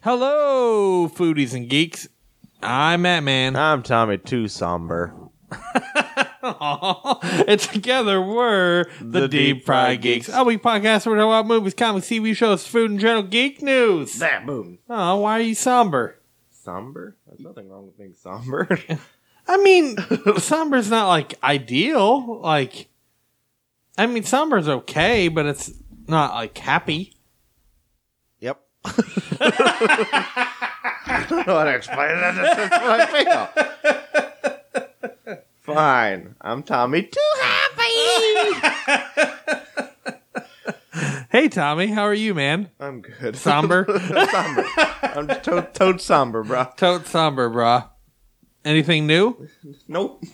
Hello, foodies and geeks. I'm Matt Man. I'm Tommy Too Somber. and together we're Uh. the, The Deep, Deep Fry Fry Geeks. Geeks. A week podcast where we talk about movies, comics, TV shows, food, and general geek news. That boom. Oh, why are you somber? Somber? There's nothing wrong with being somber. I mean, somber's not like ideal. Like, I mean, somber's okay, but it's not like happy. yep. I don't know how to explain that. That's just what I feel. Fine. I'm Tommy Too Happy. Hey, Tommy, how are you, man? I'm good. Somber? somber. I'm to- toad somber, bro. Tote somber, brah. Anything new? Nope.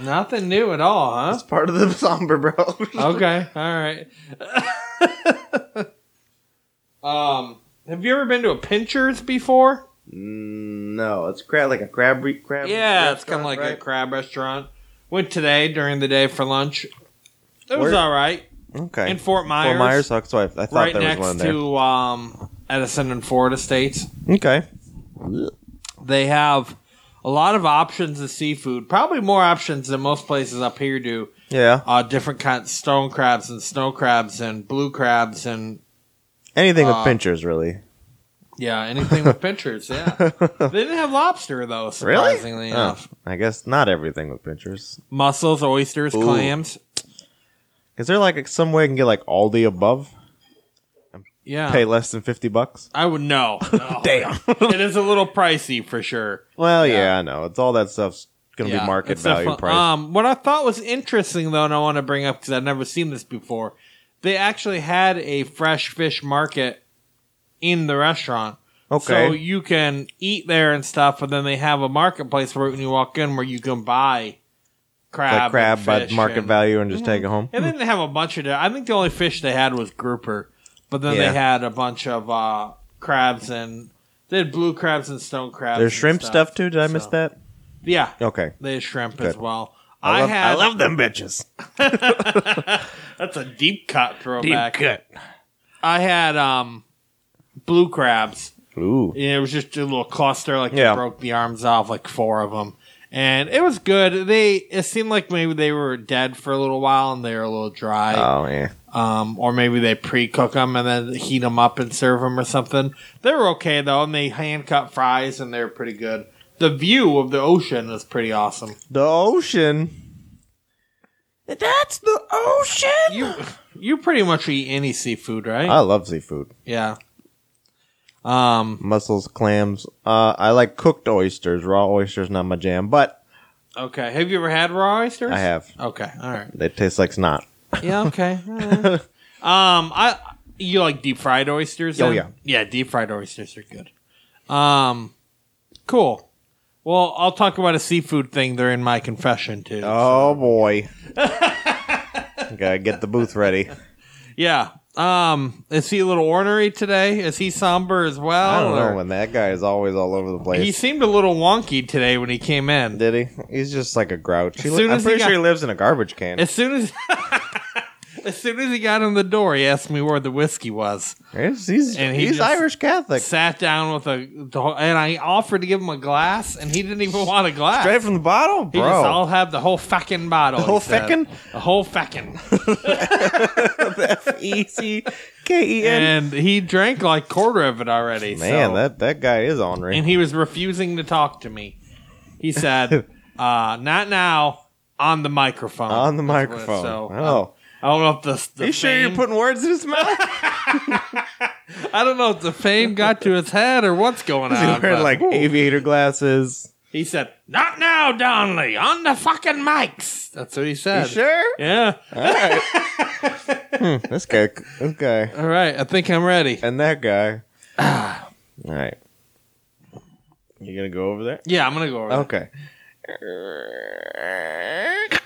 Nothing new at all, huh? That's part of the somber, bro. okay, all right. um, have you ever been to a Pinchers before? Mm, no, it's crab like a crab re- crab. Yeah, it's kind of restaurant, like a right? crab restaurant. Went today during the day for lunch. It was Where- all right Okay. in Fort Myers, Fort Myers. That's why I, I thought right there was next one there. to um, Edison and Ford Estates. Okay. They have a lot of options of seafood, probably more options than most places up here do. Yeah. Uh, different kinds stone crabs and snow crabs and blue crabs and Anything Uh, with pinchers, really. Yeah, anything with pinchers. Yeah, they didn't have lobster though. Surprisingly Oh, enough, I guess not everything with pinchers. mussels, oysters, Ooh. clams. Is there like some way I can get like all the above? Yeah, Pay less than fifty bucks? I would know. Damn. it is a little pricey for sure. well, yeah. I know. It's all that stuff's gonna Yeah, be market it's a value fun- price. Um, what I thought was interesting though, and I want to bring up because I've never seen this before. They actually had a fresh fish market in the restaurant. okay. uh, So you can eat there and stuff, and then they have a marketplace where when you walk in, where you can buy crab, like crab and by fish market and- Mm-hmm. value and just take it home. And then they have a bunch of. I think the only fish they had was grouper, but then Yeah. they had a bunch of uh, crabs and they had blue crabs and stone crabs. There's and shrimp stuff, too. Did I miss so- that? Yeah, Okay. they had shrimp as Good. well. I, I love, had. I love them bitches. that's a deep cut throwback. cut. I had um, blue crabs. Ooh. And it was just a little cluster. Like Yeah. they broke the arms off, like four of them, and it was good. They it seemed like maybe they were dead for a little while and they were a little dry. Oh yeah. um, or maybe they pre-cook them and then heat them up and serve them or something. They were okay though, and they hand cut fries and they were pretty good. The view of the ocean is pretty awesome. The ocean. That's the ocean. You you pretty much eat any seafood, right? I love seafood. yeah. Um. Mussels, clams. Uh, I like cooked oysters. Raw oysters not my jam, but Okay. Have you ever had raw oysters? I have. Okay. All right. They taste like snot. Yeah. Okay. Eh. um. I you like deep fried oysters? Oh, then? yeah. Yeah. Deep fried oysters are good. Um. Cool. Well, I'll talk about a seafood thing. They're in my confession too. Oh boy. Gotta get the booth ready. Yeah. Um, is he a little ornery today? Is he somber as well? I don't or- know when that guy is always all over the place. He seemed a little wonky today when he came in. Did he? He's just like a grouch. He As li- soon I'm as he pretty sure got- he lives in a garbage can. As soon as as soon as he got in the door, he asked me where the whiskey was. He's, he's, and he he's just- Irish Catholic. Sat down with a and I offered to give him a glass, and he didn't even want a glass. Straight from the bottle, he just bro. all have the whole fucking bottle. The whole feckin'? The whole fucking. E C K E N. and he drank like quarter of it already. Man, so- that that guy is ornery. and he was refusing to talk to me. He said, uh, "Not now, on the microphone." on the That's what- microphone. So uh, oh, I don't know if the, the you sure you're fame- putting words in his mouth? I don't know if the fame got to his head or what's going He's on. wearing but- like aviator glasses. he said, "Not now, Donnelly, on the fucking mics." That's what he said. sure? Yeah. this guy, this guy, All right. I think I'm ready. and that guy. All right, you gonna go over there? Yeah, I'm gonna go. Over there. Okay.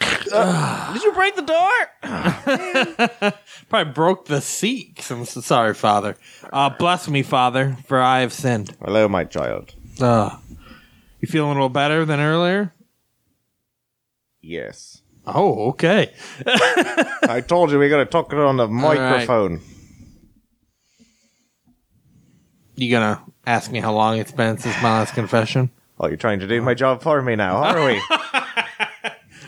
did you break the door? Probably broke the seat. 'cause I'm so sorry, Father. Uh, bless me, Father, for I have sinned. Hello, my child. Uh, you feeling a little better than earlier? Yes. Oh, okay. I told you we gotta talk it on the right. microphone. You gonna Ask me how long it's been since my last confession. Oh, you're trying to do my job for me now, are we?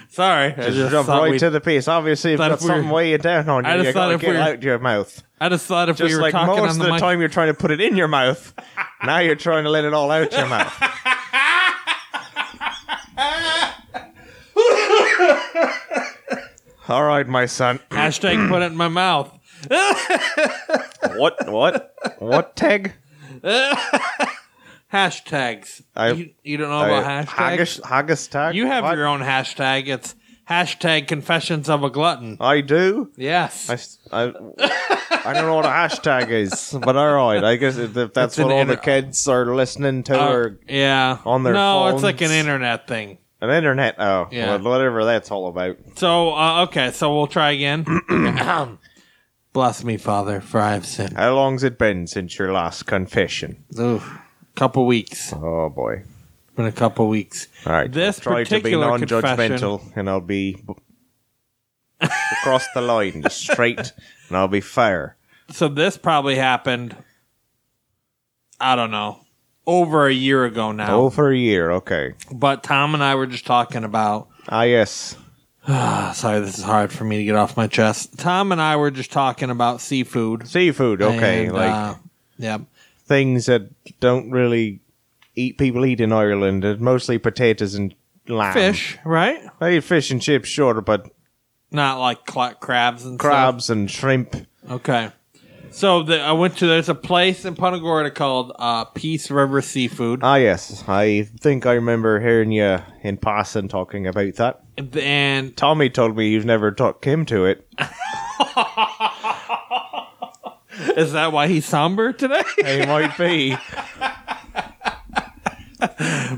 Sorry, I just just, jump thought right we- to the piece. Obviously, you've thought if got we were- something weighing down on you. I just you thought gotta if get we it were- out your mouth. I just thought if Just we were like talking most on of the, the mic, time you're trying to put it in your mouth. now you're trying to let it all out your mouth. all right, my son. hashtag put it in my mouth. What? What? What tag? Hashtags. I- you, you don't know about hashtags. Haggis, haggis tag? You have What? your own hashtag. It's hashtag confessions of a glutton. I do. Yes. I, s- I- I don't know what a hashtag is, but all right. I guess if if that's It's an what all the inter- kids are listening to Uh, or yeah. on their No, it's like an phones. internet thing. an internet, oh, Yeah. well, whatever that's all about. So, uh, okay, so we'll try again. Bless me, Father, for I have sinned. How long's it been since your last confession? Oof. Couple weeks. Oh boy! Been a couple weeks. All right. This I'll try to be particular non-judgmental, and I'll be across the line, just straight, and I'll be fair. So this probably happened. I don't know. Over a year ago now. Oh, for a year, okay. But Tom and I were just talking about Ah, yes. sorry, this is hard for me to get off my chest. Tom and I were just talking about seafood. Seafood, okay. and, like um, uh, yep. things that don't really eat people eat in Ireland. It's mostly potatoes and lamb. Fish, right? They eat fish and chips, sure, but Not like cla crabs and crabs and shrimp. Stuff. Okay. So the, I went to there's a place in Punta Gorda called uh, Peace River Seafood, Ah, yes. I think I remember hearing you in passing talking about that. and Tommy told me you've never took him to it. is that why he's somber today? He might be.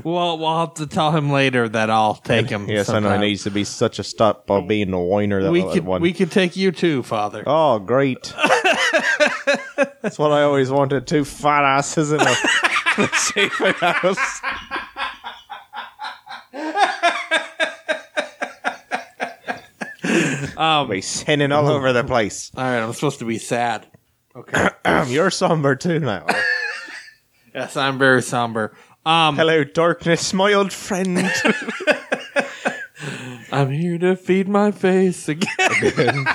well, we'll have to tell him later that I'll take him. Yes, I know. sometime. It needs to be such a stop by being a whiner that We that could one. we could take you too, Father. Oh, great. That's what I always wanted two fat asses in a seafood house. Um, we sinning all over the place. All right, I'm supposed to be sad. Okay. You're somber too now. yes, I'm very somber. Um, Hello, darkness, my old friend. I'm here to feed my face again.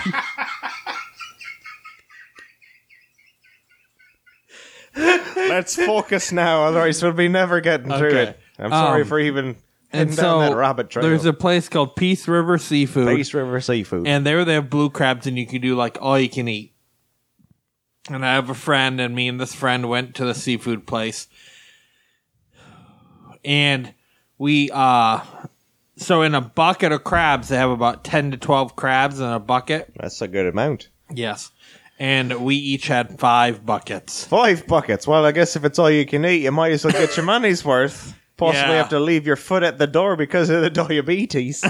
Let's focus now, otherwise we'll be never getting through Okay. it. I'm sorry Um, for even heading and so down that rabbit trail. there's a place called Peace River Seafood, Peace River Seafood. and there they have blue crabs, and you can do like all you can eat. And I have a friend, and me and this friend went to the seafood place, and we uh, so in a bucket of crabs, they have about ten to twelve crabs in a bucket. That's a good amount. Yes, and we each had five buckets. Five buckets. Well, I guess if it's all you can eat, you might as well get your money's worth. Possibly Yeah. have to leave your foot at the door because of the diabetes.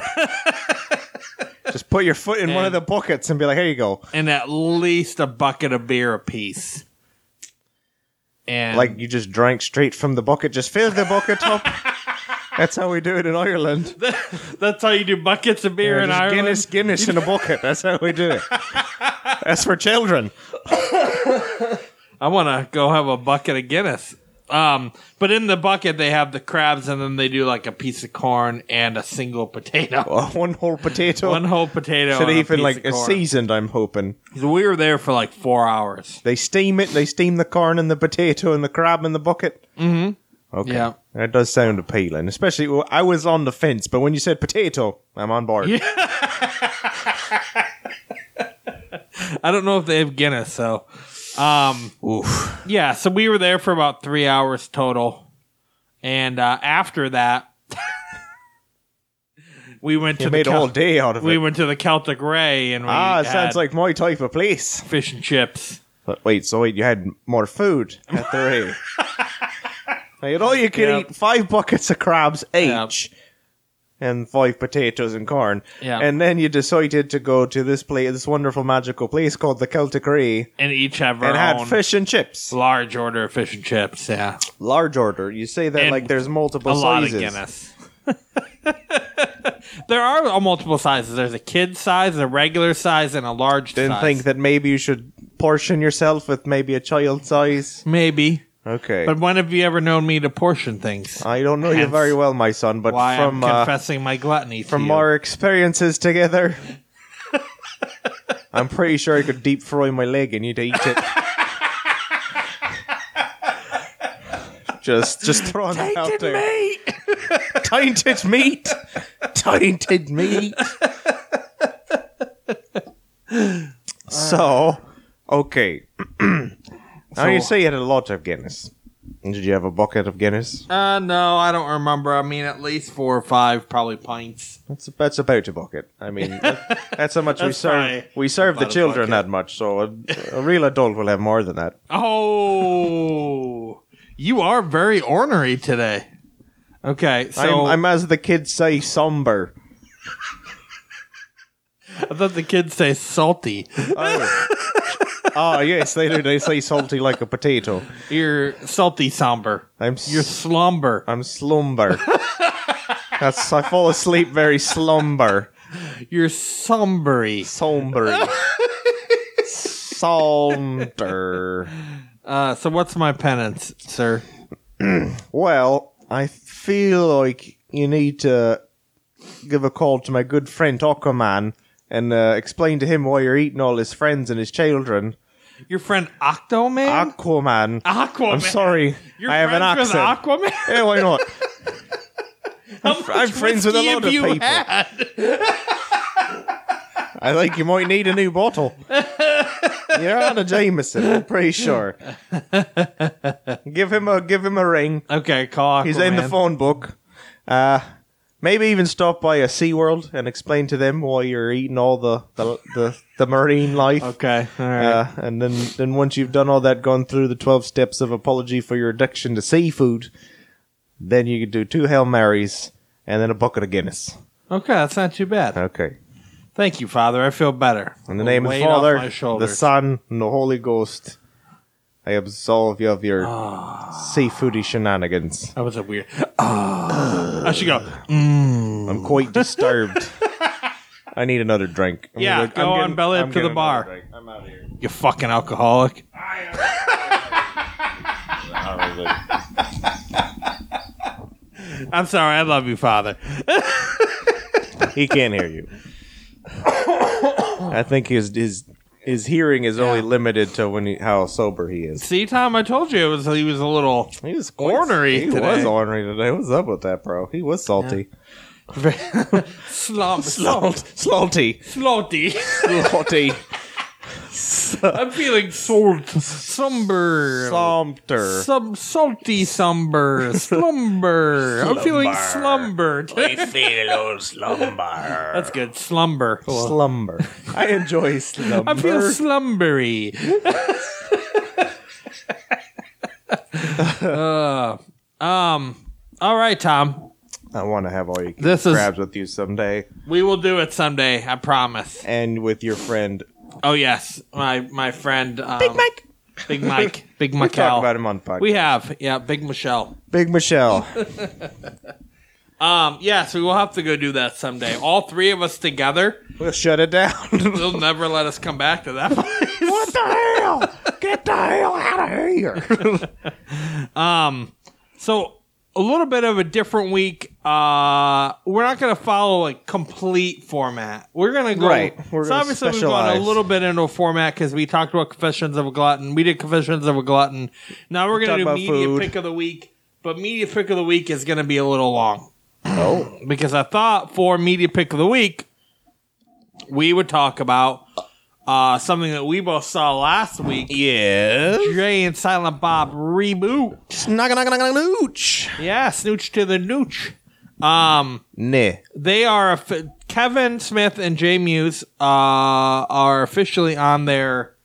Just put your foot in one of the buckets and be like, here you go. and at least a bucket of beer apiece. And Like you just drank straight from the bucket. Just fill the bucket up. That's how we do it in Ireland. that's how you do buckets of beer in Just Ireland. Guinness, Guinness in a bucket. That's how we do it. That's for children. I want to go have a bucket of Guinness. Um, but in the bucket they have the crabs, and then they do like a piece of corn and a single potato, Oh, One whole potato. one whole potato, Should and even a piece like of a corn. seasoned. I'm hoping So we were there for like four hours. they steam it. They steam the corn and the potato and the crab in the bucket. Mm-hmm. Okay. Yeah. That does sound appealing, especially well, I was on the fence, but when you said potato, I'm on board. I don't know if they have Guinness, so um, Oof. yeah. So we were there for about three hours total, and uh, after that, we went to You the made a Cal- whole day out of we it. went to the Celtic Ray and we ah, it had sounds like my type of place. fish and chips. But wait, so wait, you had more food at the ray. now, you know you can Yep. eat five buckets of crabs Yep. each and five potatoes and corn. Yeah. And then you decided to go to this place, this wonderful magical place called the Celtic Ray and each have our and own had fish and chips. large order of fish and chips. Yeah, Large order. You say that And like there's multiple a lot uh, of sizes. Guinness. there are multiple sizes. There's a kid size, a regular size, and a large Didn't size. think that maybe you should portion yourself with maybe a child size. Maybe Okay. But when have you ever known me to portion things? I don't know you Hence very well, my son, but Why Uh, I'm from uh, confessing my gluttony to from you. our experiences together, I'm pretty sure I could deep fry my leg and you'd eat it. just, just throwing that out there. meat. Tainted meat, tainted meat. so, okay. now you So- say you had a lot of Guinness. Did you have a bucket of Guinness? Uh, no, I don't remember. I mean, at least four or five, probably pints. That's that's about a bucket. I mean, that- that's how much we That's serve. probably We serve the about a children bucket. that much, so a, a real adult will have more than that. Oh, you are very ornery today. Okay, so I'm, I'm as the kids say, somber. I thought the kids say salty. Oh, Ah, yes, they do. They say salty like a potato. You're salty somber. I'm s- You're slumber. I'm slumber. That's I fall asleep very slumber, You're sombery. somber, somber. Uh, so what's my penance, sir? Well, I feel like you need to give a call to my good friend Aquaman and uh, explain to him why you're eating all his friends and his children. Your friend Octoman? Aquaman. Aquaman. I'm sorry. You're I have an friends accent. With Aquaman. yeah, why not? How much I'm friends with a whiskey lot have of you people. had? I think you might need a new bottle. You're on a Jameson, I'm pretty sure. give him a give him a ring. Okay, call Aquaman. He's in the phone book. Uh, maybe even stop by a SeaWorld and explain to them why you're eating all the the, the, the marine life. Okay, all right. Uh, and then, then once you've done all that, gone through the twelve steps of apology for your addiction to seafood, then you could do two hail marys and then a bucket of Guinness. okay, that's not too bad. Okay. Thank you, Father. I feel better. In uh, the name of the Weight Oh, off Father, my the shoulders. Son, and the Holy Ghost, I absolve you of your Ah. seafoody shenanigans. That was a weird. Ah. I should go. I'm quite disturbed. I need another drink. I'm Yeah, go on, belly up to the getting another bar. drink. I'm out of here. You fucking alcoholic. I'm sorry. I love you, Father. He can't hear you. I think his his his hearing is only limited to when he, how sober he is. See, Tom, I told you it was. He was a little. He was Ornery He was today. ornery today. What's up with that, bro? He was salty. slump, Salt, salty, Slotty. salty, I'm feeling salt, somber, somber. some salty, somber, slumber. I'm feeling slumbered. feel slumber. That's good. Slumber. slumber. I enjoy slumber. I feel slumbery. uh, um. All right, Tom. I want to have all you can This is- crabs with you someday, We will do it someday. I promise. and with your friend. Oh yes, my my friend um, Big Mike. Big Mike. Big Michael. Talk about him on podcast. We have yeah, Big Michelle. Big Michelle. Um. Yes, we will have to go do that someday. All three of us together. we'll shut it down. They'll never let us come back to that. place. what the hell? Get the hell out of here! So a little bit of a different week. Uh, we're not going to follow a complete format. We're going to go. Right. We're so gonna obviously we've gone a specialize. little bit into a format because we talked about confessions of a glutton. We did confessions of a glutton. Now we're going talked to do about media food. pick of the week, but media pick of the week is going to be a little long oh, because I thought for media pick of the week we would talk about uh, something that we both saw last week. yeah. Jay and Silent Bob reboot. Knock, knock, knock, knock, nooch. Yeah, snooch to the nooch. Um, Nah. they are offi- Kevin Smith and Jay Muse uh, are officially on their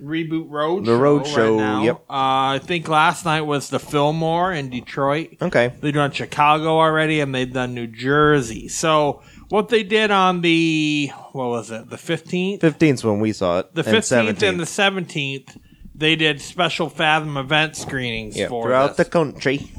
reboot road. The road show, Right now. yep. Uh, I think last night was the Fillmore in Detroit. Okay. They've done Chicago already, and they've done New Jersey. So what they did on the what was it? The fifteenth. 15th's when we saw it. The and fifteenth 17th. and the seventeenth. They did special Fathom event screenings yeah, for throughout this. the country.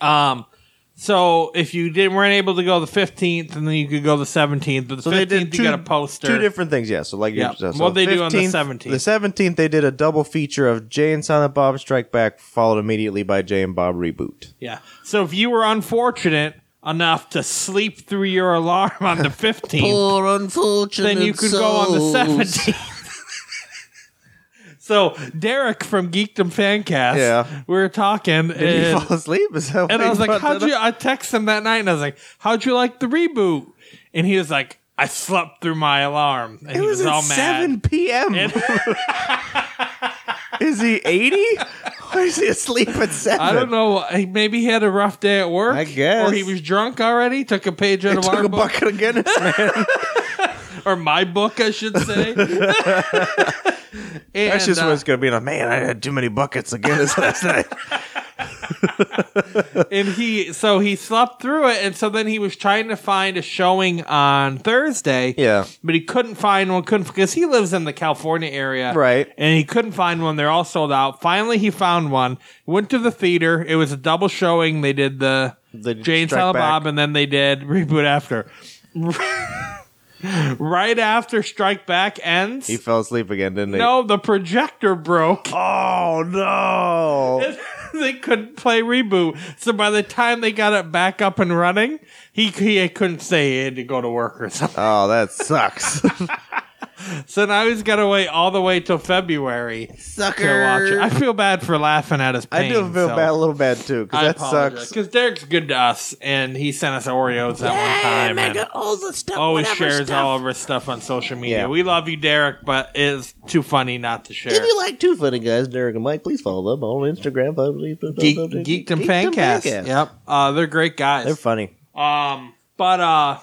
Um, So if you didn't weren't able to go the fifteenth, and then you could go the seventeenth. But the So they did fifteenth, two, you got a poster. two different things. Yeah. So like, you- Yep. so What'd they do on the 15th 17th? The seventeenth, they did a double feature of Jay and Silent Bob Strike Back, followed immediately by Jay and Bob Reboot. yeah. So if you were unfortunate enough to sleep through your alarm on the fifteenth, Poor unfortunate then you could go on the souls. seventeenth. so Derek from Geekdom Fancast, Yeah. we were talking, Did you and, fall asleep? Is that and I why was like, brought "How'd that you?" up? I texted him that night, and I was like, "How'd you like the reboot?" And he was like, "I slept through my alarm," and It he was, was, at all seven mad. p.m. is he eighty? Or is he asleep at seven? I don't know. He- Maybe he had a rough day at work. I guess. or he was drunk already. Took a page out of Took our a book, bucket of Guinness, man. or my book, I should say. and, That's just uh, what it's gonna be. Like, man, I had too many buckets of Guinness last night. and he so he slept through it, and so then he was trying to find a showing on Thursday. Yeah. but he couldn't find one. Couldn't because he lives in the California area, Right. And he couldn't find one. They're all sold out. Finally, he found one. Went to the theater. It was a double showing. They did the, They did Jane Strike Silent Back. Bob, and then they did reboot after. right after Strike Back ends, He fell asleep again, didn't he? no, the projector broke. Oh no! they couldn't play reboot. So by the time they got it back up and running, he, he couldn't say he had to go to work or something. Oh, that sucks. So now he's got to wait all the way till February to watch it. I feel bad for laughing at his I pain. do feel so bad a little bad too I because that apologize. sucks. Because Derek's good to us, and he sent us Oreos that one time. Make and it all the stuff. always whatever shares stuff. all of his stuff on social media. Yeah. We love you, Derek, but it's too funny not to share. If you like Two Funny Guys, Derek and Mike, please follow them on Instagram. Geek, Geek, Geeked and Fancast. Yep, uh, they're great guys. They're funny. Um, but uh,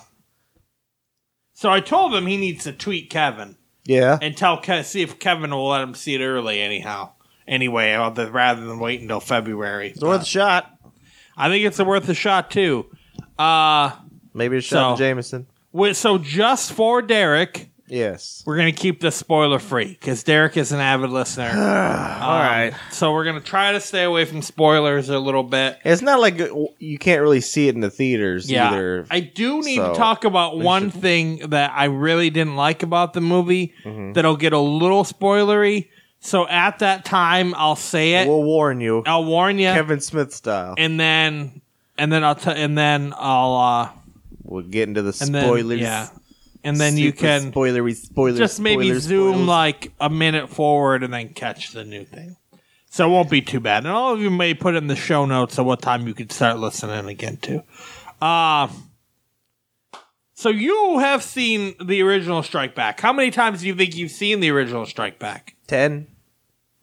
so I told him he needs to tweet Kevin Yeah. and tell Ke- see if Kevin will let him see it early. Anyhow, anyway, rather rather than wait until February, Uh, It's worth a shot. I think it's a worth a shot too. Uh, Maybe a shot So- to Jameson. wi- so just for Derek, Yes. we're gonna keep this spoiler free because Derek is an avid listener. All right, so we're gonna try to stay away from spoilers a little bit. It's not like uh, you can't really see it in the theaters either. I do need So, to talk about one thing that I really didn't like about the movie Mm-hmm. that'll get a little spoilery. So at that time, I'll say it. we'll warn you, I'll warn you, Kevin Smith style. and then and then I'll t- and then I'll uh We'll get into the and then spoilers. yeah, and then you Super can spoilery spoilers. just maybe spoilers, zoom spoilers. like a minute forward and then catch the new thing. So it won't be too bad. And all of you may put in the show notes of what time you could start listening again too. Uh, so you have seen the original Strike Back. How many times do you think you've seen the original Strike Back? ten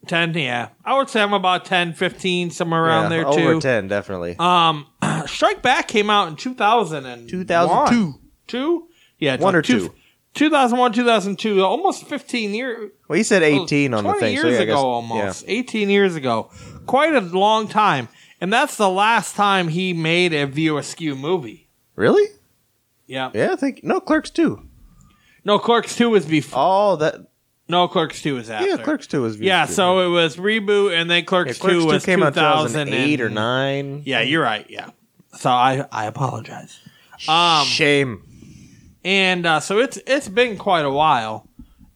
10, yeah. I would say I'm about 10, 15, somewhere around Yeah, there too. Over ten, definitely. Um, Strike Back came out in 2000 and 2002. Two? Yeah, One or two. 2001, 2002, almost 15 years. well, he said eighteen on the 20 thing. oh, years so yeah, I ago, guess- almost 18 years ago, quite a long time, and that's the last time he made a View Askew movie. yeah. Really? Yeah. Yeah, I think no Clerks two. No, Clerks Two was before. Oh, that No, Clerks Two was after. yeah, Clerks two was. Yeah, so it was reboot, and then Yeah, Clerks, Clerks Two was came out 2008 2008 or nine. Yeah, you're right. Yeah. So I I apologize. Um, Shame. and uh, so it's it's been quite a while.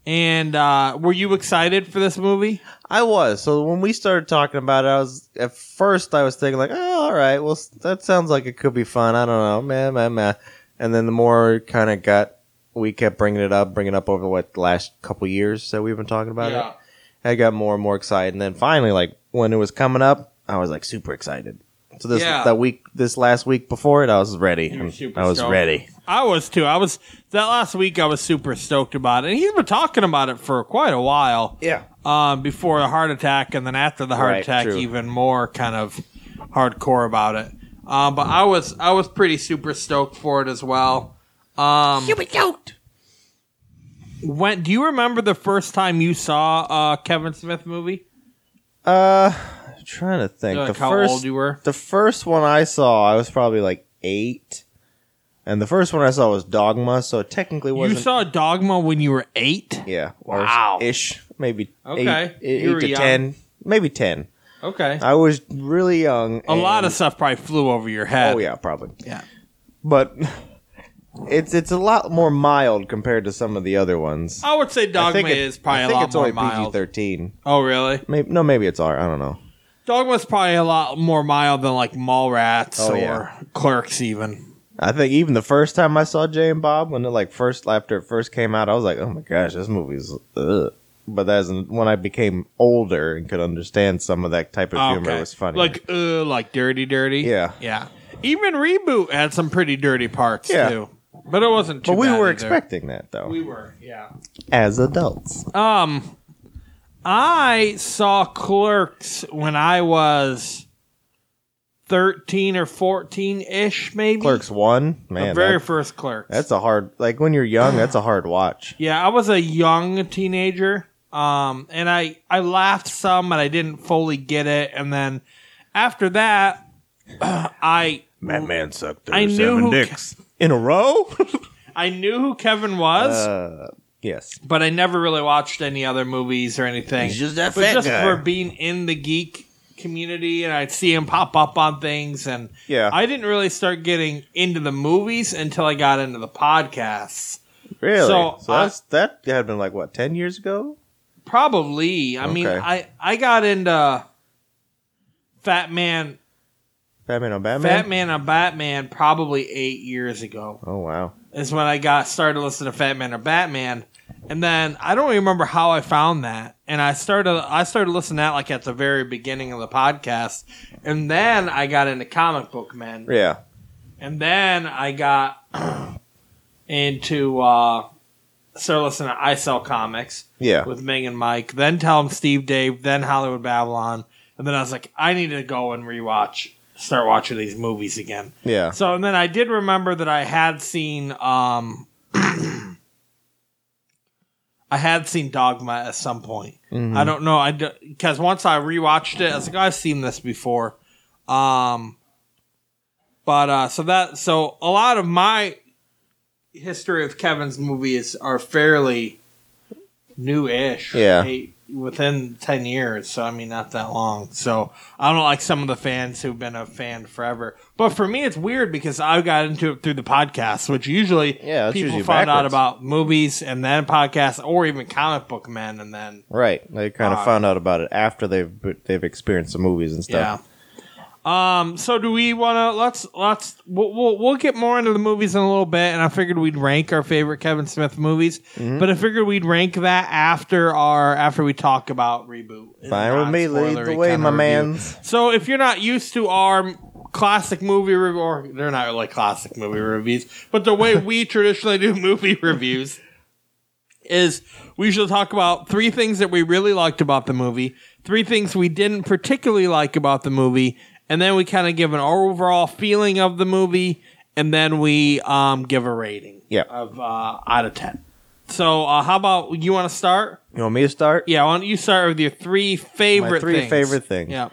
And uh, were you excited for this movie? I was so when we started talking about it, I was at first I was thinking like, oh, all right, well that sounds like it could be fun. I don't know, man, man, man. And then the more it kind of got, we kept bringing it up, bringing it up over what the last couple years that we've been talking about it. I got more and more excited, and then finally, like when it was coming up, I was like super excited. So this Yeah. that week, this last week before it, I was ready. were I'm- super I was stoked. ready. I was too. I was that last week. I was super stoked about it. And he's been talking about it for quite a while. Yeah. Um, before the heart attack, and then after the heart Right, attack, true. even more kind of hardcore about it. Um, but I was I was pretty super stoked for it as well. Um, Here we go. when do you remember the first time you saw a Kevin Smith movie? Uh, I'm trying to think. Like the how first, old you were? the first one I saw, I was probably like eight, and the first one I saw was Dogma. So it technically You wasn't. saw Dogma when you were eight. yeah, or Wow. ish, maybe Okay. eight, eight You were to young. ten, maybe ten. Okay. I was really young. a lot of stuff probably flew over your head. Oh yeah, probably. Yeah. But it's it's a lot more mild compared to some of the other ones. I would say I Dogma think is it- probably I a think lot it's more only mild. PG-13. Oh, really? Maybe no, maybe it's R. I don't know. Dogma's probably a lot more mild than like Mallrats Oh, or yeah. Clerks, even. I think even the first time I saw Jay and Bob, when it like first after it first came out, I was like, "Oh my gosh, this movie's." Ugh. But that's when I became older and could understand some of that type of humor Oh, Okay. was funny. Like, uh, like dirty, dirty. Yeah. Yeah. Even Reboot had some pretty dirty parts, Yeah. too. But it wasn't too but we bad were either. expecting that though, We were, yeah. as adults. Um, I saw Clerks when I was 13 or 14 ish, maybe. Clerks one, The man, very that- first Clerks. that's a hard. Like when you're young, that's a hard watch. Yeah, I was a young teenager. Um, and I, I laughed some, but I didn't fully get it. And then after that, I That man sucked through I knew seven who dicks. In a row. I knew who Kevin was, uh, yes. but I never really watched any other movies or anything. He's just that but fat just guy. for being in the geek community, and I'd see him pop up on things, and Yeah. I didn't really start getting into the movies until I got into the podcasts. Really? So, So, I- that's, that had been like what ten years ago. Probably, I mean, Okay. I I got into Fat Man, Batman on Batman. Fat Man on Batman probably eight years ago. Oh wow. is when I got started listening to Fat Man or Batman. And then I don't remember how I found that. And I started I started listening to that like at the very beginning of the podcast. And then I got into comic book men. Yeah. And then I got into uh started listening to I Sell Comics Yeah. with Ming and Mike, then Tell Them Steve Dave, then Hollywood Babylon. And then I was like, I need to go and rewatch start watching these movies again. Yeah. So and then I did remember that I had seen um I had seen Dogma at some point. Mm-hmm. I don't know. I because once I rewatched it, I was like, I've seen this before. Um, but uh, so that so a lot of my history of Kevin's movies are fairly new-ish. Yeah. Eight- within ten years. So I mean, not that long. So I don't like some of the fans who've been a fan forever. But for me, it's weird because I got into it through the podcast, which usually Yeah, that's people usually find out backwards. about movies and then podcasts or even comic book men and then Right. They kind of Uh, found out about it after they've they've experienced the movies and yeah. stuff. Um. So do we want to let's let's we'll, we'll we'll get more into the movies in a little bit, and I figured we'd rank our favorite Kevin Smith movies, Mm-hmm. but I figured we'd rank that after our after we talk about reboot. Fine with me. Lead the Non-spoilery way, kinda my review. mans. So if you're not used to our classic movie review, or they're not really classic movie reviews, but the way we traditionally do movie reviews is we usually talk about three things that we really liked about the movie, three things we didn't particularly like about the movie, and then we kind of give an overall feeling of the movie, and then we um, give a rating Yeah. of uh, out of ten. So uh, how about you want to start? You want me to start? Yeah, why don't you start with your three favorite three things. favorite things. Yeah.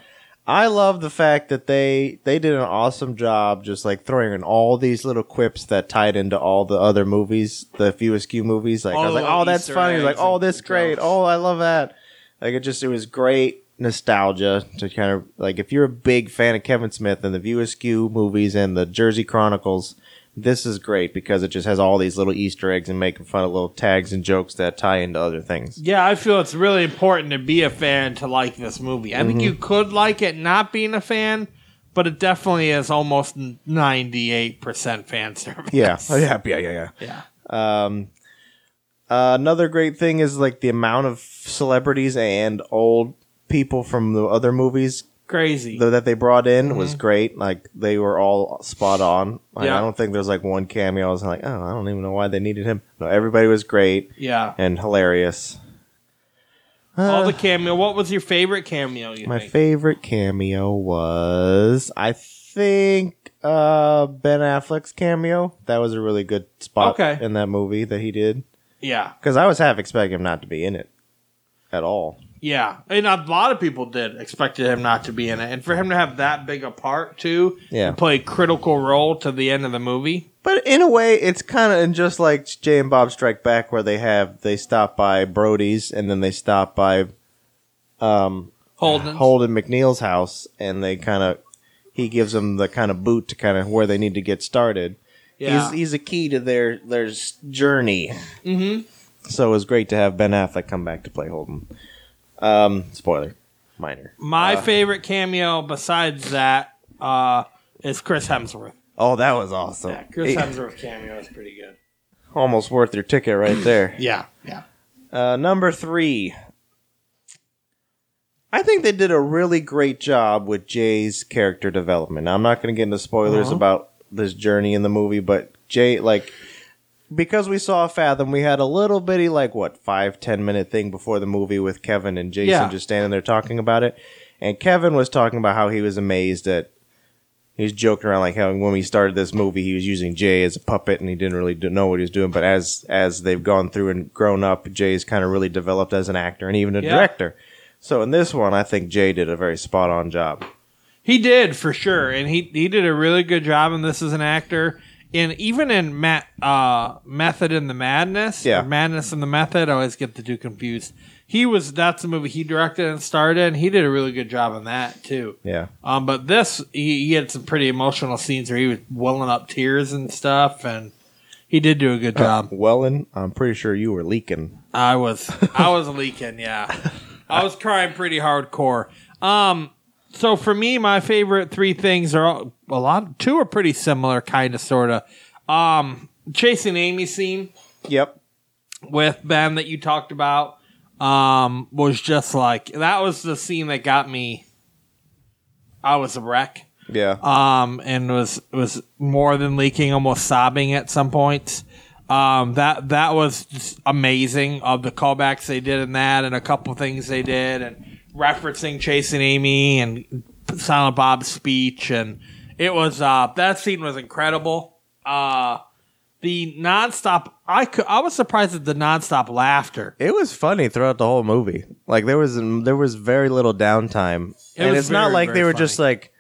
I love the fact that they they did an awesome job just like throwing in all these little quips that tied into all the other movies, the FUSQ movies. Like All I was like, the oh, that's Easter funny. Like eggs oh, and this great. jokes. Oh, I love that. Like it just it was great nostalgia to kind of like if you're a big fan of Kevin Smith and the FUSQ movies and the Jersey Chronicles. This is great because it just has all these little Easter eggs and making fun of little tags and jokes that tie into other things. Yeah, I feel it's really important to be a fan to like this movie. I Mm-hmm. think you could like it not being a fan, but it definitely is almost 98% fan service. Yeah, oh, yeah, yeah, yeah, yeah. Yeah. Um, uh, another great thing is like the amount of celebrities and old people from the other movies Crazy. th- that they brought in was great. Like they were all spot on. Like, Mm-hmm. Yeah. I don't think there's like one cameo. I was like, oh, I don't even know why they needed him. No, everybody was great yeah. and hilarious. All the cameo. What was your favorite cameo you My think? favorite cameo was I think uh Ben Affleck's cameo. That was a really good spot Okay. in that movie that he did. yeah. Because I was half expecting him not to be in it at all. Yeah. And a lot of people did expected him not to be in it. And for him to have that big a part too, Yeah. and play a critical role to the end of the movie. But in a way, it's kind of just like Jay and Bob Strike Back, where they have they stop by Brody's and then they stop by um, Holden. Holden McNeil's house, and they kind of he gives them the kind of boot to kind of where they need to get started. yeah. He's he's a key to their their s- journey. Mhm. So it was great to have Ben Affleck come back to play Holden. Um, spoiler, minor. My favorite cameo besides that uh, is Chris Hemsworth. Oh, that was awesome. Chris It- Hemsworth cameo is pretty good. almost worth your ticket right there. Yeah, yeah. Uh, number three. I think they did a really great job with Jay's character development. Now, I'm not going to get into spoilers about this journey in the movie, but Jay, like, because we saw Fathom, we had a little bitty, like, what, five, ten minute thing before the movie with Kevin and Jason Yeah. just standing there talking about it. And Kevin was talking about how he was amazed at. He was joking around like how when we started this movie, he was using Jay as a puppet, and he didn't really do, know what he was doing. But as as they've gone through and grown up, Jay's kind of really developed as an actor and even a Yeah. director. So in this one, I think Jay did a very spot on job. He did for sure, and he he did a really good job. And this as an actor, and even in Ma- uh, Method in the Madness, or Yeah. Madness in the Method. I always get the two confused. He was that's the movie he directed and starred in. He did a really good job on that too. Yeah, Um, but this he, he had some pretty emotional scenes where he was welling up tears and stuff, and he did do a good job. Wellen, I'm pretty sure you were leaking. I was I was leaking, yeah. I was crying pretty hardcore. Um so for me my favorite three things are all, a lot two are pretty similar kind of sort of. Um chasing Amy scene Yep. with Ben that you talked about um was just like that was the scene that got me I was a wreck Yeah. um, and was was more than leaking, almost sobbing at some points. Um, that that was just amazing of the callbacks they did in that, and a couple things they did, and referencing chasing Amy and Silent Bob's speech, and it was uh, that scene was incredible. Uh, the nonstop, I could, I was surprised at the nonstop laughter. It was funny throughout the whole movie. Like there was there was very little downtime, It and was it's not very, like very they were just like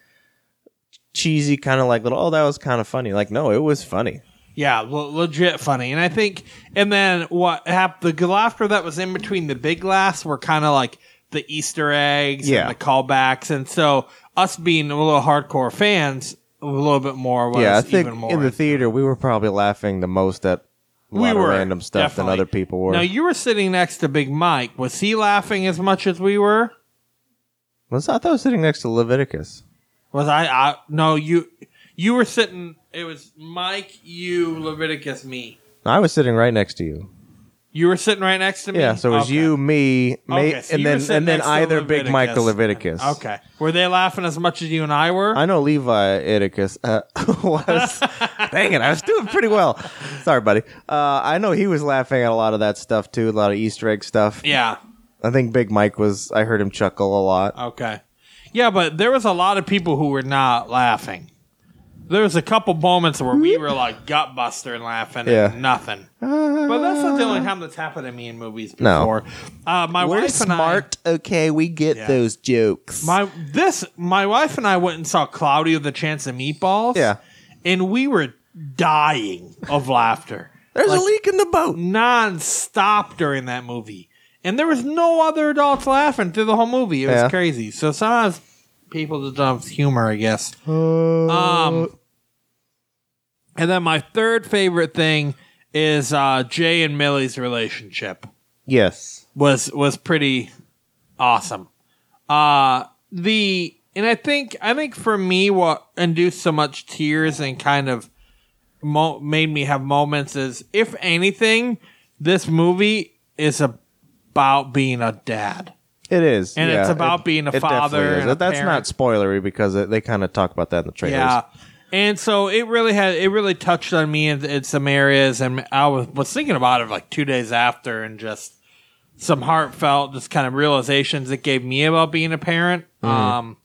cheesy, kind of like little. Oh, that was kind of funny. Like no, it was funny. Yeah, le- legit funny. And I think, and then what happened, the laughter that was in between the big laughs were kind of like the Easter eggs Yeah. and the callbacks. And so us being a little hardcore fans, a little bit more was yeah, I think even more. in the theater we were probably laughing the most at a lot of random stuff definitely. than other people were. Now, you were sitting next to Big Mike. Was he laughing as much as we were? Was- I thought I was sitting next to Leviticus. Was I, I no, you, you were sitting, it was Mike, you, Leviticus, me. I was sitting right next to you. You were sitting right next to me? Yeah, so it was Okay. you, me, ma- Okay, so and you were then sitting and then next to either Big Mike or Leviticus. Okay. Were they laughing as much as you and I were? I know Levi Iticus uh, was. dang it, I was doing pretty well. Sorry, buddy. Uh, I know he was laughing at a lot of that stuff too, a lot of Easter egg stuff. yeah. I think Big Mike was. I heard him chuckle a lot. Okay. Yeah, but there was a lot of people who were not laughing. There was a couple moments where we were like gut buster and laughing Yeah. and nothing. But that's not the only time that's happened to me in movies No. before. Uh, my We're wife and I, smart, okay? We get Yeah. those jokes. My this my wife and I went and saw Cloudy with a Chance of Meatballs. Yeah. and we were dying of laughter There's a leak in the boat. nonstop during that movie, and there was no other adults laughing through the whole movie. It was Yeah. crazy. So sometimes people just don't have humor, I guess. uh, Um, and then my third favorite thing is uh, Jay and Millie's relationship Yes. was was pretty awesome. Uh the and I think I think for me what induced so much tears and kind of mo- made me have moments is if anything this movie is about being a dad. It is, And it's yeah. about being a father definitely and a That's not parent. spoilery because it, they kind of talk about that in the trailers. Yeah. And so it really had it really touched on me in, in some areas, and I was was thinking about it like two days after, and just some heartfelt, just kind of realizations it gave me about being a parent. Um,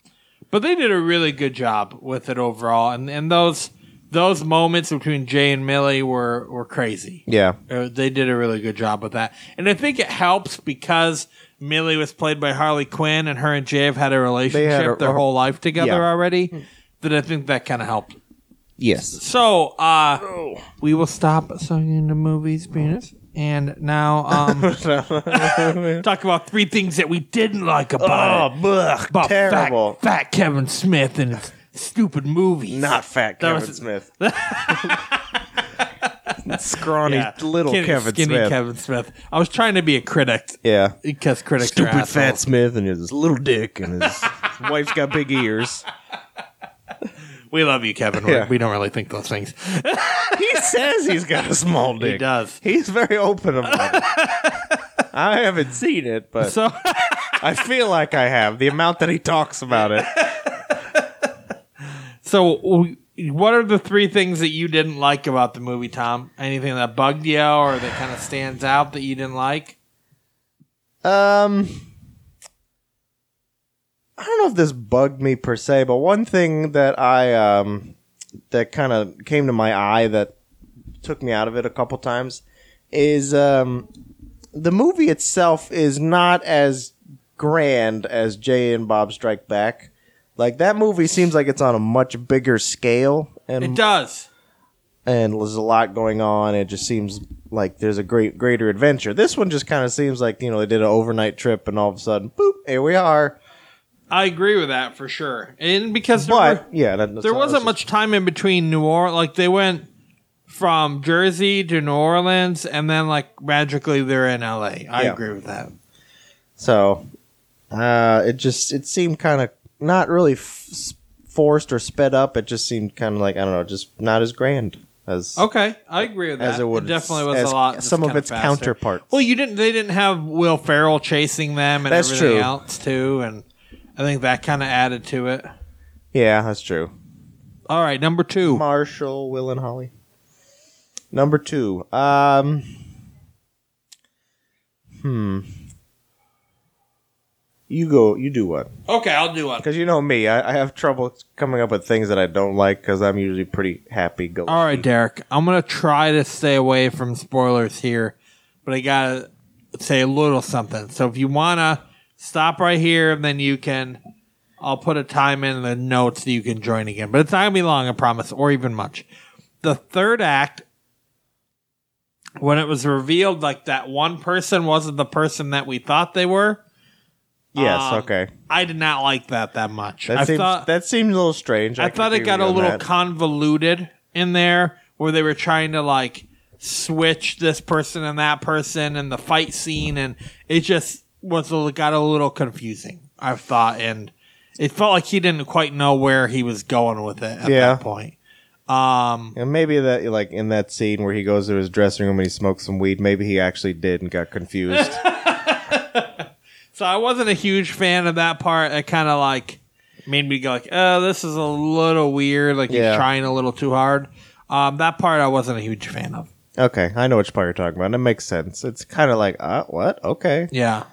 but they did a really good job with it overall, and and those those moments between Jay and Millie were were crazy. yeah, Uh, They did a really good job with that, and I think it helps because Millie was played by Harley Quinn, and her and Jay have had a relationship a- their whole life together Yeah. already. That I think that kind of helped. yes. Oh. So, uh, we will stop singing the movies, penis. And now, um, talk about three things that we didn't like about it. About fat- Oh, terrible. Fat, Kevin Smith and his stupid movies. Not fat That Kevin was- Smith. Scrawny Yeah. little Skinny- Kevin skinny Smith. Kevin Smith. I was trying to be a critic yeah. because critics are Stupid fat assholes. Smith and his little dick and his, his wife's got big ears. We love you, Kevin. We're- Yeah. We don't really think those things. He says he's got a small dick. He does. He's very open about it. I haven't seen it, but So I feel like I have. The amount that he talks about it. So, w- what are the three things that you didn't like about the movie, Tom? Anything that bugged you or that kind of stands out that you didn't like? Um, I don't know if this bugged me per se, but one thing that I um that kind of came to my eye that took me out of it a couple times is um the movie itself is not as grand as Jay and Bob Strike Back. Like that movie seems like it's on a much bigger scale and It does. and there's a lot going on. It just seems like there's a great greater adventure. This one just kind of seems like you know they did an overnight trip, and all of a sudden, boop, here we are. I agree with that for sure. And because there, were- But yeah, that, that's there all- wasn't that's much time in between New Orleans. Like, they went from Jersey to New Orleans and then, like, magically they're in LA. I Yeah. agree with that. just- So uh, it just it seemed kind of not really f- s- forced or sped up. It just seemed kind of like I don't know, just not as grand as Okay, I agree with that. As it would- definitely was as a lot. some that's of kinda its faster. counterparts. Well, you didn't. They didn't have Will Ferrell chasing them and That's everything true. else too, and I think that kind of added to it. yeah, that's true. All right, number two. Marshall, Will, and Holly. Number two. Um, hmm. You go. You do what? Okay, I'll do one. Because you know me, I, I have trouble coming up with things that I don't like because I'm usually pretty happy. Go. All right, Derek. I'm gonna try to stay away from spoilers here, but I gotta say a little something. So if you wanna stop right here, and then you can. I'll put a time in the notes that you can join again, but it's not gonna be long, I promise, or even much. The third act, when it was revealed, like that one person wasn't the person that we thought they were. Yes. um, okay. I did not like that that much. That I seems thought that seems a little strange. I can thought it agree got a with you on little that. convoluted in there where they were trying to like switch this person and that person and the fight scene and it just was a, li- got a little confusing. I thought and it felt like he didn't quite know where he was going with it at Yeah. that point. and maybe that like in that scene where he goes to his dressing room and he smokes some weed. Maybe he actually did and got confused. So I wasn't a huge fan of that part. It kind of like made me go like, "Oh, this is a little weird. Like Yeah. he's trying a little too hard." Um, that part I wasn't a huge fan of. okay, I know which part you're talking about. and It makes sense. It's kind of like, uh, what? Okay. Yeah,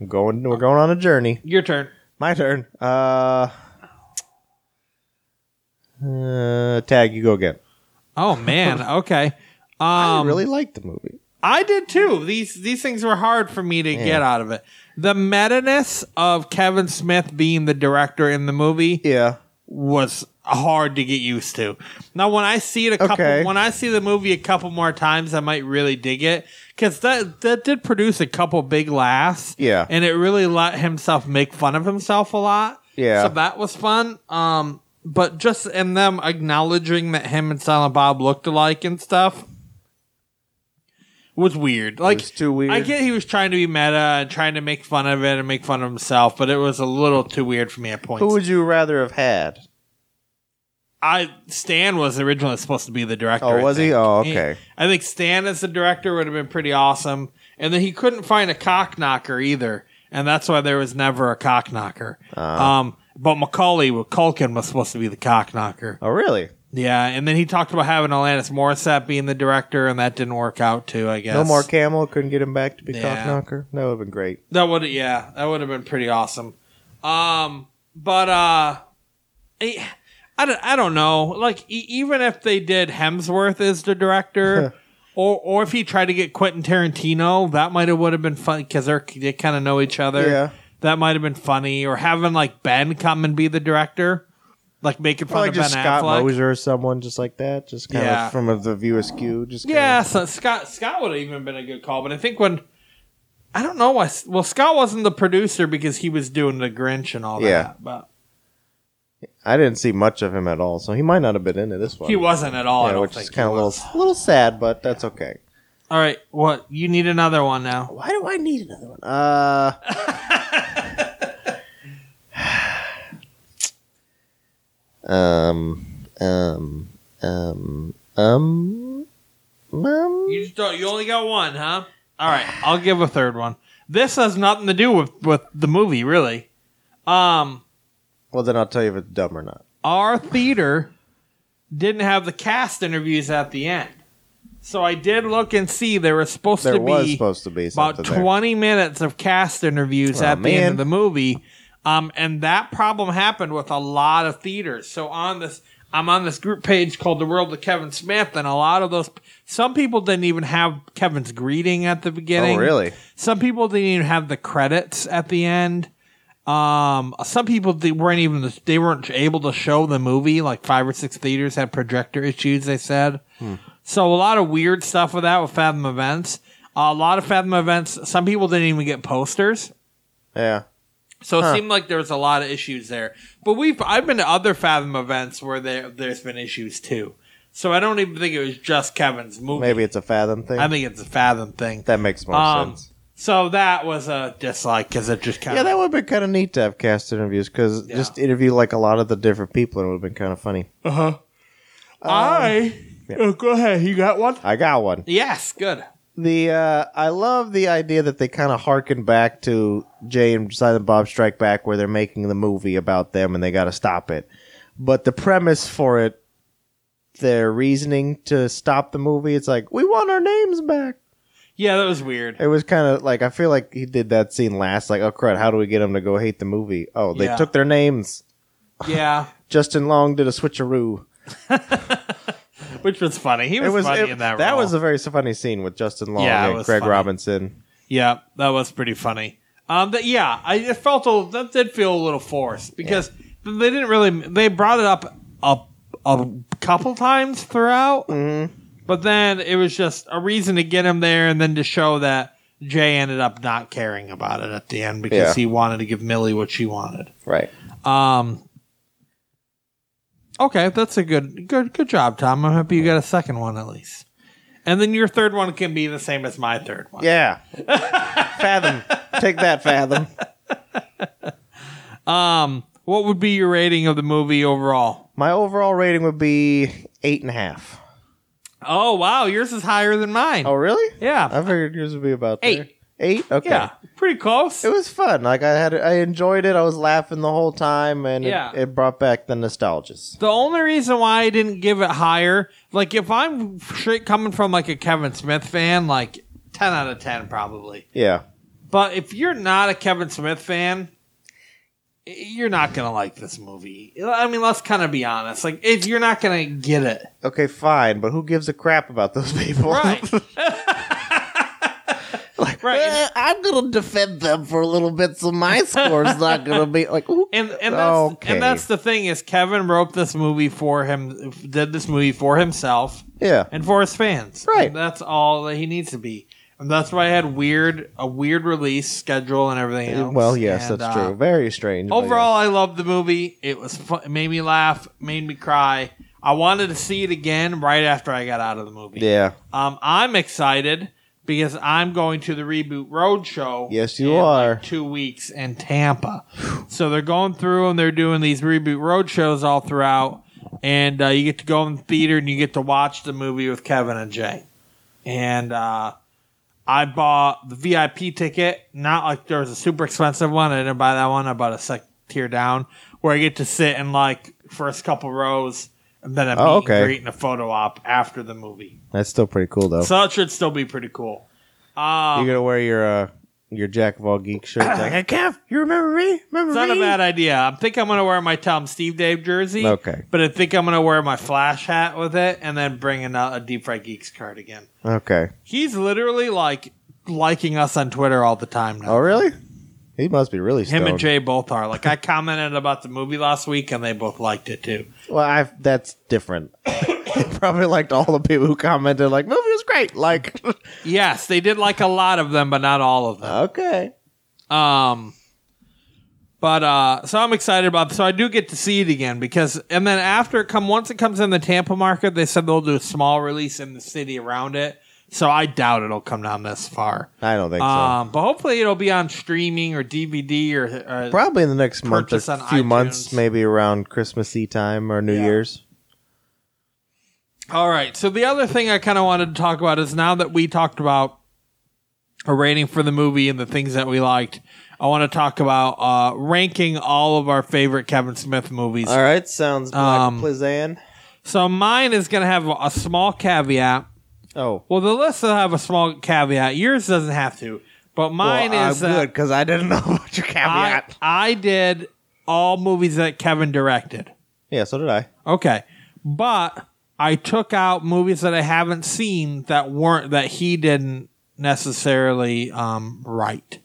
I'm going. We're going on a journey. your turn. My turn. Uh, uh tag. You go again. Oh man, okay. I Um, really liked the movie. I did too. These these things were hard for me to get out of it. The meta-ness of Kevin Smith being the director in the movie Yeah. was hard to get used to. Now, when I see it a couple, Okay. when I see the movie a couple more times, I might really dig it because that that did produce a couple big laughs. Yeah. and it really let himself make fun of himself a lot. Yeah. so that was fun. Um, but just in them acknowledging that him and Silent Bob looked alike and stuff was weird. Like was too weird. I get he was trying to be meta and trying to make fun of it and make fun of himself, but it was a little too weird for me at points. Who would you rather have had? I Stan was originally supposed to be the director. Oh, I was he? think. Oh, okay. I think Stan as the director would have been pretty awesome, and then he couldn't find a cock knocker either, and that's why there was never a cock knocker. Ah. Um, but Macaulay Culkin was supposed to be the cock knocker. Oh, really? Yeah, and then he talked about having Alanis Morissette being the director, and that didn't work out too. I guess No more camel. Couldn't get him back to be Yeah. cock knocker. That would have been great. That would yeah, that would have been pretty awesome. Um, but uh, I, I don't I don't know. Like e- even if they did Hemsworth as the director, or or if he tried to get Quentin Tarantino, that might have would have been fun because they kind of know each other. Yeah. that might have been funny. Or having like Ben come and be the director. like making fun Probably of Ben just Scott Affleck. Moser or someone just like that, just kind Yeah. of from a, the view askew. Just kinda- Yeah, so Scott Scott would have even been a good call, but I think when I don't know why. Well, Scott wasn't the producer because he was doing the Grinch and all Yeah. that, but I didn't see much of him at all, so he might not have been into this one. he wasn't at all. I yeah, don't which think is kind he of a little, was. a little sad, but that's okay. All right, what you need another one now? Why do I need another one? Uh, Um, um, um, um, um. You just don't, you only got one, huh? All right, I'll give a third one. This has nothing to do with with the movie, really. Um, well, then I'll tell you if it's dumb or not. our theater didn't have the cast interviews at the end, so I did look and see there was supposed There to be was supposed to be about something there. 20 minutes of cast interviews Aw, at the end man. of the movie um, and that problem happened with a lot of theaters so on this i'm on this group page called the world of kevin smith and a lot of those some people didn't even have kevin's greeting at the beginning Oh, really? some people didn't even have the credits at the end um, some people they weren't even they weren't able to show the movie. Like five or six theaters had projector issues. They said Hmm. so a lot of weird stuff with that with Fathom events. a lot of Fathom events. Some people didn't even get posters. Yeah. So it seemed like there was a lot of issues there. But we've I've been to other Fathom events where there there's been issues too. So I don't even think it was just Kevin's movie. Maybe it's a fathom thing. I think it's a Fathom thing. that makes more Um, sense. So that was a dislike because it just kind Yeah, of that would have been kind of neat to have cast interviews because just interview like a lot of the different people and it would have been kind of funny. um, I oh, go ahead. You got one? I got one. Yes, good. The uh, I love the idea that they kind of harken back to Jay and Silent Bob Strike Back, where they're making the movie about them and they got to stop it. But the premise for it, their reasoning to stop the movie, it's like we want our names back. Yeah, that was weird. It was kind of like I feel like he did that scene last. Like, oh crud, how do we get them to go hate the movie? Oh, they Yeah. took their names. Yeah, Justin Long did a switcheroo. which was funny. He was, funny in that. role. was a very funny scene with Justin Long Yeah, it and was Craig funny. Robinson. yeah, that was pretty funny. Um, that yeah, I it felt a, that did feel a little forced because they didn't really they brought it up a a couple times throughout, Mm-hmm. but then it was just a reason to get him there and then to show that Jay ended up not caring about it at the end because Yeah. he wanted to give Millie what she wanted. Right. Um. Okay, that's a good, good, good job, Tom. I'm happy you got a second one at least, and then your third one can be the same as my third one. Yeah. Fathom. Take that, Fathom. What would be your rating of the movie overall? My overall rating would be eight and a half. Oh wow, yours is higher than mine. Oh, really? Yeah. I figured yours would be about there. Eight. Eight. Okay. yeah, pretty close. It was fun. Like I had, I enjoyed it. I was laughing the whole time, and Yeah. it, it brought back the nostalgias. The only reason why I didn't give it higher, like if I'm straight coming from like a Kevin Smith fan, like ten out of ten probably. Yeah. But if you're not a Kevin Smith fan, y- you're not gonna like this movie. I mean, let's kind of be honest. Like, if you're not gonna get it, Okay, fine, but who gives a crap about those people? right? eh. Uh, I'm gonna defend them for a little bit, so my score's not gonna be like. Ooh. And and that's Okay. and that's the thing is Kevin wrote this movie for him, did this movie for himself yeah. and for his fans. Right. And that's all that he needs to be. And that's why I had weird a weird release schedule and everything else. Eh, Well, yes, And, that's uh, true. Very strange. but Overall, I loved the movie. It was fun. It made me laugh, made me cry. I wanted to see it again right after I got out of the movie. yes. Yeah. Um, I'm excited because I'm going to the reboot road show. Yes, you in, like, are. two weeks in Tampa. so they're going through and they're doing these reboot road shows all throughout, and uh, you get to go in the theater and you get to watch the movie with Kevin and Jay. And uh, I bought the VIP ticket. Not like there was a super expensive one. I didn't buy that one. I bought a sec tier down where I get to sit in like first couple rows. And then a meet Oh, okay. and greet and a photo op after the movie. That's still pretty cool, though. So that should still be pretty cool. Um, You're gonna wear your uh, your Jack of all geek shirt. like, I can't. You remember me? Remember It's not me? a bad idea. I think I'm going to wear my Tom Steve Dave jersey. Okay. But I think I'm going to wear my Flash hat with it and then bring in a, a Deep Fried Geeks card again. Okay. He's literally like liking us on Twitter all the time now. Oh, really? He must be really stoned. Him and Jay both are. Like I commented about the movie last week, and they both liked it too. Well, i that's different. He probably liked all the people who commented, like, movie was great. Like, Yes, they did like a lot of them, but not all of them. okay. Um, but uh, so I'm excited about. So I do get to see it again because, and then after it come once it comes in the Tampa market, they said they'll do a small release in the city around it. So I doubt it'll come down this far. I don't think so. Um, but hopefully it'll be on streaming or DVD or, uh, or Probably in the next month, or purchase few on months, iTunes. maybe around Christmassy time or New Year's. All right. So the other thing I kind of wanted to talk about is now that we talked about a rating for the movie and the things that we liked, I want to talk about uh, ranking all of our favorite Kevin Smith movies. All right, sounds black Um, Plizan. So mine is going to have a small caveat. Oh, Well, the list will have a small caveat. Yours doesn't have to, but mine well, is I'm uh, good because I didn't know about your I, caveat. I did all movies that Kevin directed. yeah, so did I. Okay. But I took out movies that I haven't seen that weren't that he didn't necessarily um write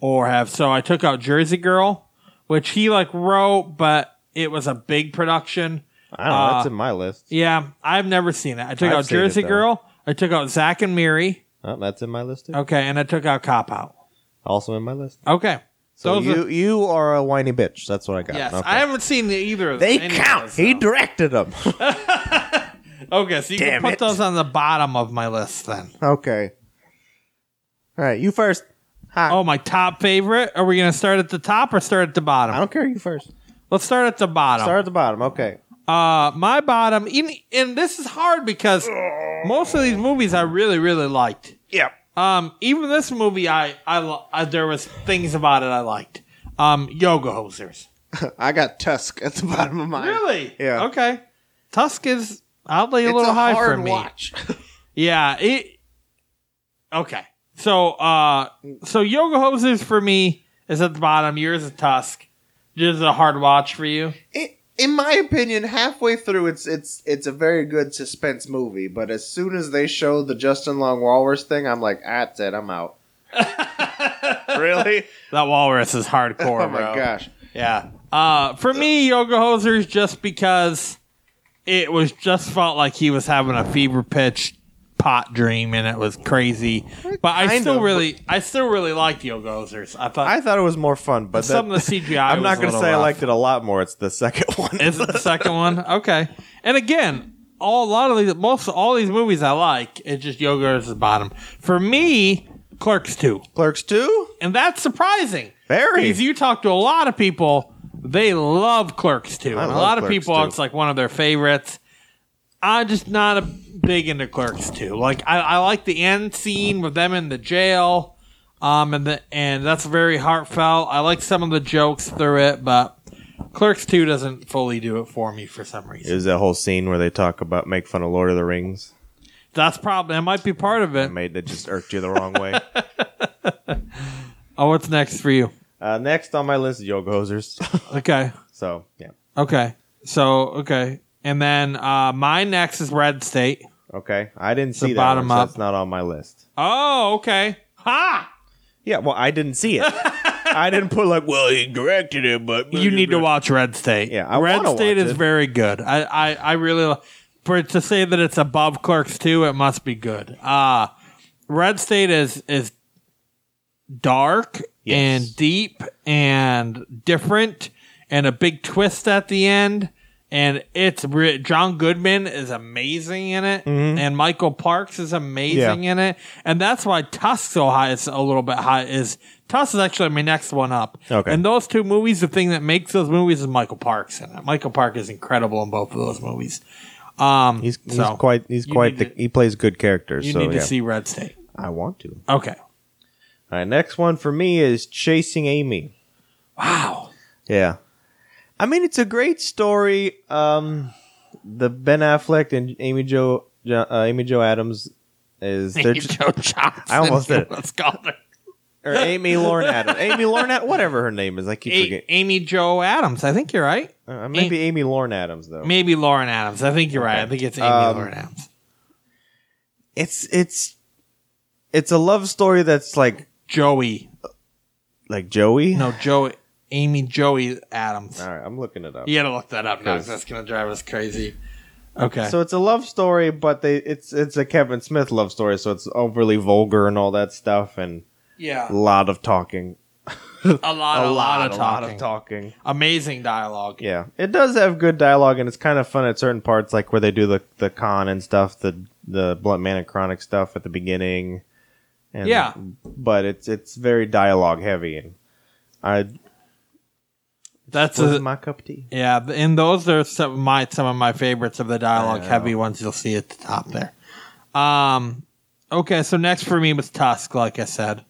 or have. So I took out Jersey Girl, which he like wrote, but it was a big production. I don't Uh, know. That's in my list. Yeah, I've never seen it. I took I've out seen it, Jersey though. Girl. I took out Zach and Miri. Oh, that's in my list too. Okay, and I took out Cop Out. Also in my list. Okay. So Those you you are a whiny bitch. That's what I got. Yes, Okay. I haven't seen either of they any of count. those, He though. directed them. Okay, so you can Damn put it. those on the bottom of my list then. okay. All right, you first. Oh, my top favorite? Are we going to start at the top or start at the I bottom? don't care. You first. Let's start at the bottom. Start at the bottom. Okay. Uh, my bottom, in, and this is hard because most of these movies I really, really liked. Yep. Um, even this movie, I, I, lo- I there was things about it I liked. Um, yoga hosers. I got Tusk at the bottom of mine. Really? Yeah. Okay. Tusk is oddly a little high for me. Yeah, it Okay. So uh so Yoga Hoses for me is at the bottom, yours is Tusk. Yours is a hard watch for you. it, in my opinion, halfway through, it's it's it's a very good suspense movie. But as soon as they show the Justin Long Walrus thing, I'm like, ah, that's it, I'm out. really? That walrus is hardcore, Oh my bro. gosh, Yeah. Uh for me, Yoga Hosers just because it was just felt like he was having a fever pitch pot dream and it was crazy. But I Kind still of, really I still really liked Yoga Hosers. I thought I thought it was more fun, but some that- of the CGI I'm was not a going to little say I rough. liked it a lot more. It's the second one. Is it the second one? Okay. And again, all a lot of these, most all these movies I like, it's just yoga is the bottom. For me, Clerks two, Clerks two? and that's surprising. Very. Because you talk to a lot of people, they love Clerks two, and a love lot of Clerks people, 2. it's like one of their favorites. I'm just not a big into Clerks two. Like I, I like the end scene with them in the jail, um, and the and that's very heartfelt. I like some of the jokes through it, but. Clerks 2 doesn't fully do it for me for some reason. Is that whole scene where they talk about make fun of Lord of the Rings? That's probably that might be part of it. Made that just irked you the wrong way. Oh, what's next for you? Uh, next on my list is Yoga Hosers. Okay, so yeah, okay, so okay, and then uh, my next is Red State. okay. I didn't see that. bottom Bottom up. That's not on my list. Oh, okay. Ha! Yeah, well, I didn't see it. I didn't put like, well, he directed it, but You need to watch Red State. Yeah, I Red wanna State watch is it. very good. I, I, I really li- for it to say that it's above Clerks two, it must be good. Uh Red State is is dark Yes. and deep and different, and a big twist at the end. And it's re- John Goodman is amazing in it, Mm-hmm. and Michael Parks is amazing in it, and that's why Tusk so high is a little bit high. Is Tusk is actually my next one up. Okay. And those two movies, the thing that makes those movies is Michael Parks in it. Michael Park is incredible in both of those movies. Um, He's, he's so quite. He's you quite. The, need to- he plays good characters. you so need yeah, to see Red State. I want to. Okay. All right, next one for me is Chasing Amy. Wow. Yeah. I mean, it's a great story. Um, the Ben Affleck and Amy Jo, Jo- uh, Amy Jo Adams is they're just, Joe Johnson. I almost did it. Let's call her or Amy Lauren Adams, Amy Lauren, Ad- whatever her name is. I keep A- forgetting. Amy Joe Adams. I think you're right. Uh, maybe Amy Lauren Adams though. Maybe Lauren Adams. I think you're right. I Okay. think it's Amy Um, Lauren Adams. It's it's it's a love story that's like Joey. Like Joey? No, Joey, Amy Joey Adams. All right, I'm looking it up. You gotta look that up now 'cause Cause- that's gonna drive us crazy. Okay. So it's a love story, but they it's it's a Kevin Smith love story, so it's overly vulgar and all that stuff, and yeah, a lot of talking, a lot, a, lot, of a talking. lot of talking. Amazing dialogue. Yeah, it does have good dialogue, and it's kind of fun at certain parts, like where they do the the con and stuff, the the blunt man and chronic stuff at the beginning. And, Yeah. but it's it's very dialogue heavy, and I that's was a, my cup of tea. yeah. th- And those are some of my some of my favorites of the dialogue heavy ones. You'll see at the top there. Um. Okay, so next for me was Tusk. Like I said,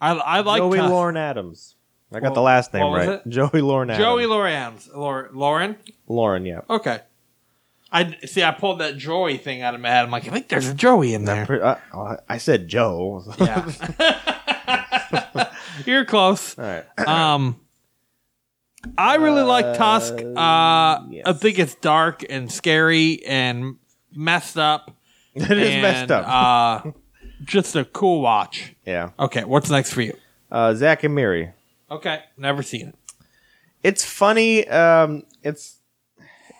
I I like Joey Tusk. Lauren Adams. I got Well, the last name what was right. it? Joey Lauren Adams. Joey Lauren. Adams. Lor- Lauren. Lauren, yeah. Okay. I see. I pulled that Joey thing out of my head. I'm like, I think there's a Joey in there. Pre- I, I- I said Joe. Yeah. You're close. All right. Um, I really like Tusk. Uh, I yes. think it's dark and scary and messed up. It is messed up. uh, just a cool watch. yeah. Okay, what's next for you? Uh, Zach and Miri. Okay, never seen it. It's funny. Um, it's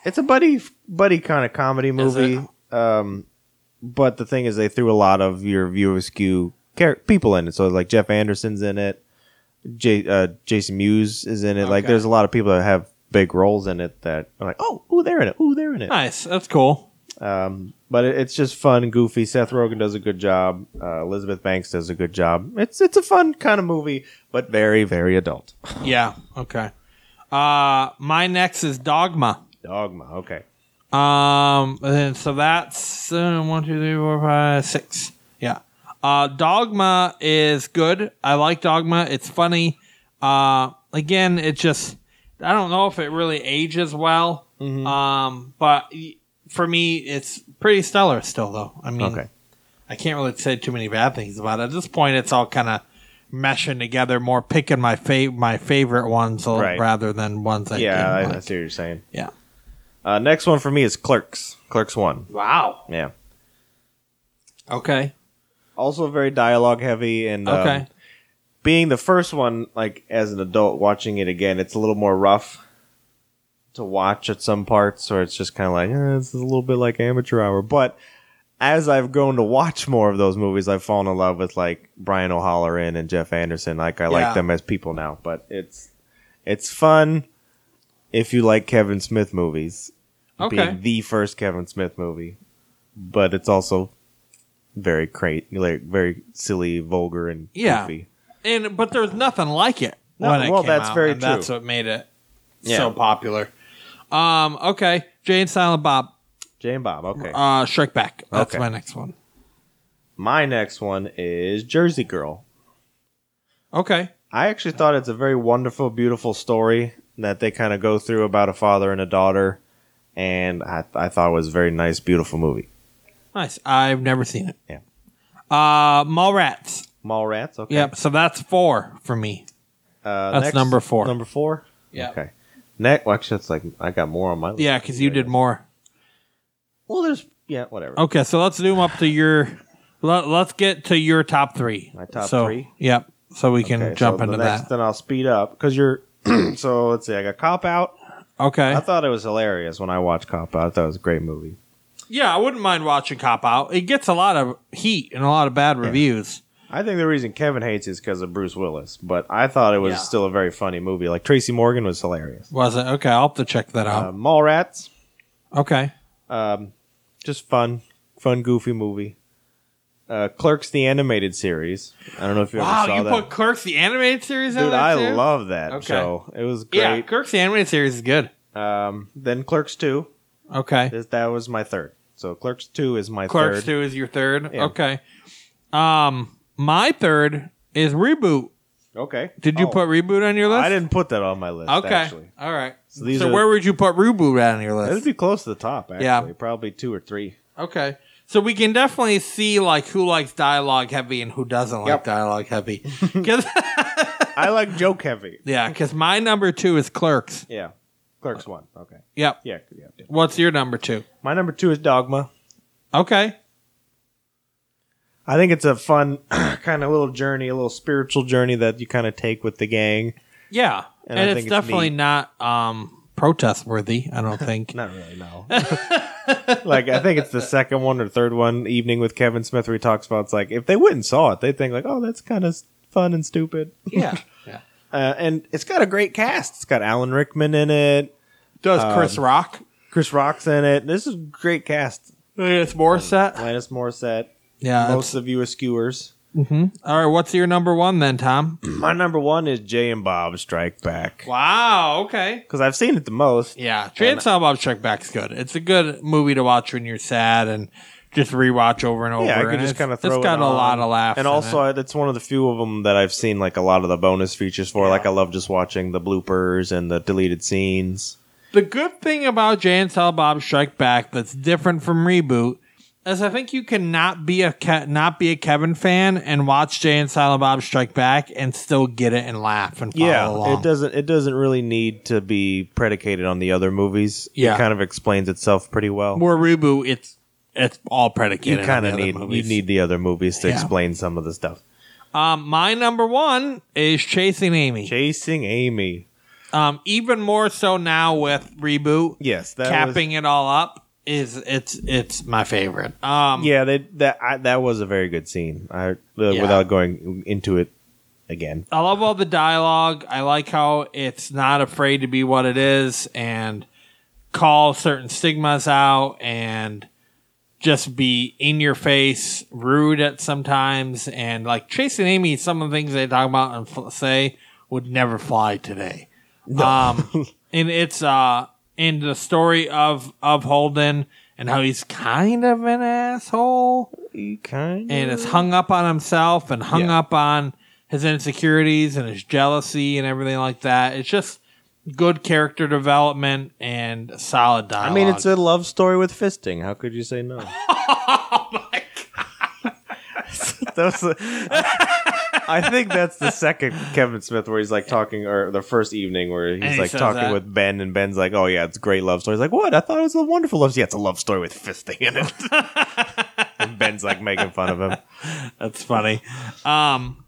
it's a buddy buddy kind of comedy movie. Um, but the thing is, they threw a lot of your view askew char- people in it. So like Jeff Anderson's in it. J- uh, Jason Mewes is in it. Like Okay. there's a lot of people that have big roles in it that are like, oh, ooh, they're in it. Ooh, they're in it. Nice, that's cool. Um, but it, it's just fun, goofy. Seth Rogen does a good job. Uh, Elizabeth Banks does a good job. It's it's a fun kind of movie, but very very adult. Yeah. Okay. Uh, my next is Dogma. Dogma. Okay. Um, and so that's uh, one, two, three, four, five, six. Yeah. Uh, Dogma is good. I like Dogma. It's funny. Uh, again, it just, I don't know if it really ages well. Mm-hmm. Um, but y- for me, it's pretty stellar still, though. I mean, Okay. I can't really say too many bad things about it. At this point, it's all kind of meshing together, more picking my fa- my favorite ones a- Right. rather than ones I Yeah, I, didn't I like. see what you're saying. Yeah. Uh, next one for me is Clerks. Clerks one. Wow. Yeah. Okay. Also very dialogue heavy and um, Okay. being the first one, like as an adult watching it again, it's a little more rough to watch at some parts, or it's just kind of like eh, it's a little bit like amateur hour. But as I've grown to watch more of those movies, I've fallen in love with like Brian O'Halloran and Jeff Anderson. Like I Yeah. like them as people now, but it's it's fun if you like Kevin Smith movies. Okay. Being the first Kevin Smith movie, but it's also very cra- like very silly, vulgar, and Yeah. goofy. and but there's nothing like it No, when it well, came that's out, very and true. That's what made it Yeah. so popular. Um, okay, Jay and Silent Bob, Jay and Bob. Okay. uh, Shrek Back. That's Okay. my next one. My next one is Jersey Girl. Okay, I actually thought it's a very wonderful, beautiful story that they kind of go through about a father and a daughter, and I, I thought it was a very nice, beautiful movie. nice. I've never seen it. Yeah. Uh, Mallrats. Mallrats. Okay. Yep. So that's four for me. Uh, That's number four. Number four. Yeah. Okay. Next, well, actually, it's like I got more on my list. Yeah, because you did more. Well, there's yeah, whatever. Okay, so let's zoom up to your. Let, us get to your top three. My top So, three? Yep. So we can Okay, jump so into the next, that. Then I'll speed up because you're. so let's see. I got Cop Out. Okay. I thought it was hilarious when I watched Cop Out. I thought it was a great movie. Yeah, I wouldn't mind watching Cop Out. It gets a lot of heat and a lot of bad reviews. I think the reason Kevin hates is because of Bruce Willis, but I thought it was Yeah. still a very funny movie. Like Tracy Morgan was hilarious. Was it? Okay, I'll have to check that Uh, out. Mallrats, okay. just fun, fun, goofy movie. Uh, Clerks, the animated series. I don't know if you ever Wow, saw you that. put Clerks the animated series in Dude, there I too? love that Okay. show. It was Yeah, great. Clerks the animated series is good. Um, then Clerks two. Okay. This- That was my third. So Clerks two is my Clerks third. 2 is your third. Yeah. Okay. Um my third is Reboot. Okay. Did you Oh, put Reboot on your list? I didn't put that on my list. Okay. Actually, All right. So, these are- where would you put Reboot on your that'd list? be close to the top. Actually, Yeah. probably two or three. Okay. So we can definitely see like who likes dialogue heavy and who doesn't like Yep. dialogue heavy. 'Cause- I like joke heavy. Yeah, because my number two is Clerks. Yeah. Clerks one. Okay. Yep. Yeah, yeah. yeah. What's your number two? My number two is Dogma. Okay. I think it's a fun kind of little journey, a little spiritual journey that you kind of take with the gang. Yeah, And and, I it's think it's definitely neat. not um, protest worthy. I don't think. Not really, no. like I think it's the second one or third one, evening with Kevin Smith, where he talks about it's like if they went and saw it, they'd think like, oh, that's kind of fun and stupid. yeah, yeah. Uh, and it's got a great cast. It's got Alan Rickman in it, Does Chris Rock? Chris Rock's in it. This is a great cast. It's Morissette. Linus Morissette, Yeah. most of you are skewers. it's- all right. What's your number one then, Tom? My number one is Jay and Bob Strike Back wow. Okay. because I've seen it the most. Yeah, Chainsaw Bob Strike Back's good. It's a good movie to watch when you're sad and just rewatch over and over. Yeah, I and could just it's- kind of throw It's it got a on. lot of laughs, and in also it. I- that's one of the few of them that I've seen like a lot of the bonus features for. Like I love just watching the bloopers and the deleted scenes. the good thing about Chainsaw Bob Strike Back that's different from reboot is I think you can not be a Ke- not be a Kevin fan and watch Jay and Silent Bob Strike Back and still get it and laugh and follow along. it doesn't it doesn't really need to be predicated on the other movies. Yeah. it kind of explains itself pretty well. Where reboot, it's it's all you predicated. kind of on the other need you movies. need the other movies to Yeah. explain some of the stuff. Um, my number one is Chasing Amy. Chasing Amy. um, even more so now with reboot. Yes, that capping it all up is it's it's my favorite. Um, Was, yeah, they, that I, that was a very good scene. I uh, without going into it again. I love all the dialogue. I like how it's not afraid to be what it is and call certain stigmas out and just be in your face, rude at sometimes, and like Chase and Amy. Some of the things they talk about and f- say would never fly today. Um, and it's uh in the story of of Holden and how he's kind of an asshole Kind and is hung up on himself and hung Yeah. up on his insecurities and his jealousy and everything like that. It's just good character development and solid I dialogue. mean, it's a love story with fisting. How could you say no? Oh That was the- I think that's the second Kevin Smith where he's like talking, or the first evening where he's he like says talking that. with Ben, and Ben's like, "Oh yeah, it's a great love story." He's like, "What? I thought it was a wonderful love story. Yeah, it's a love story with fisting in it." and Ben's like making fun of him. that's funny. Um,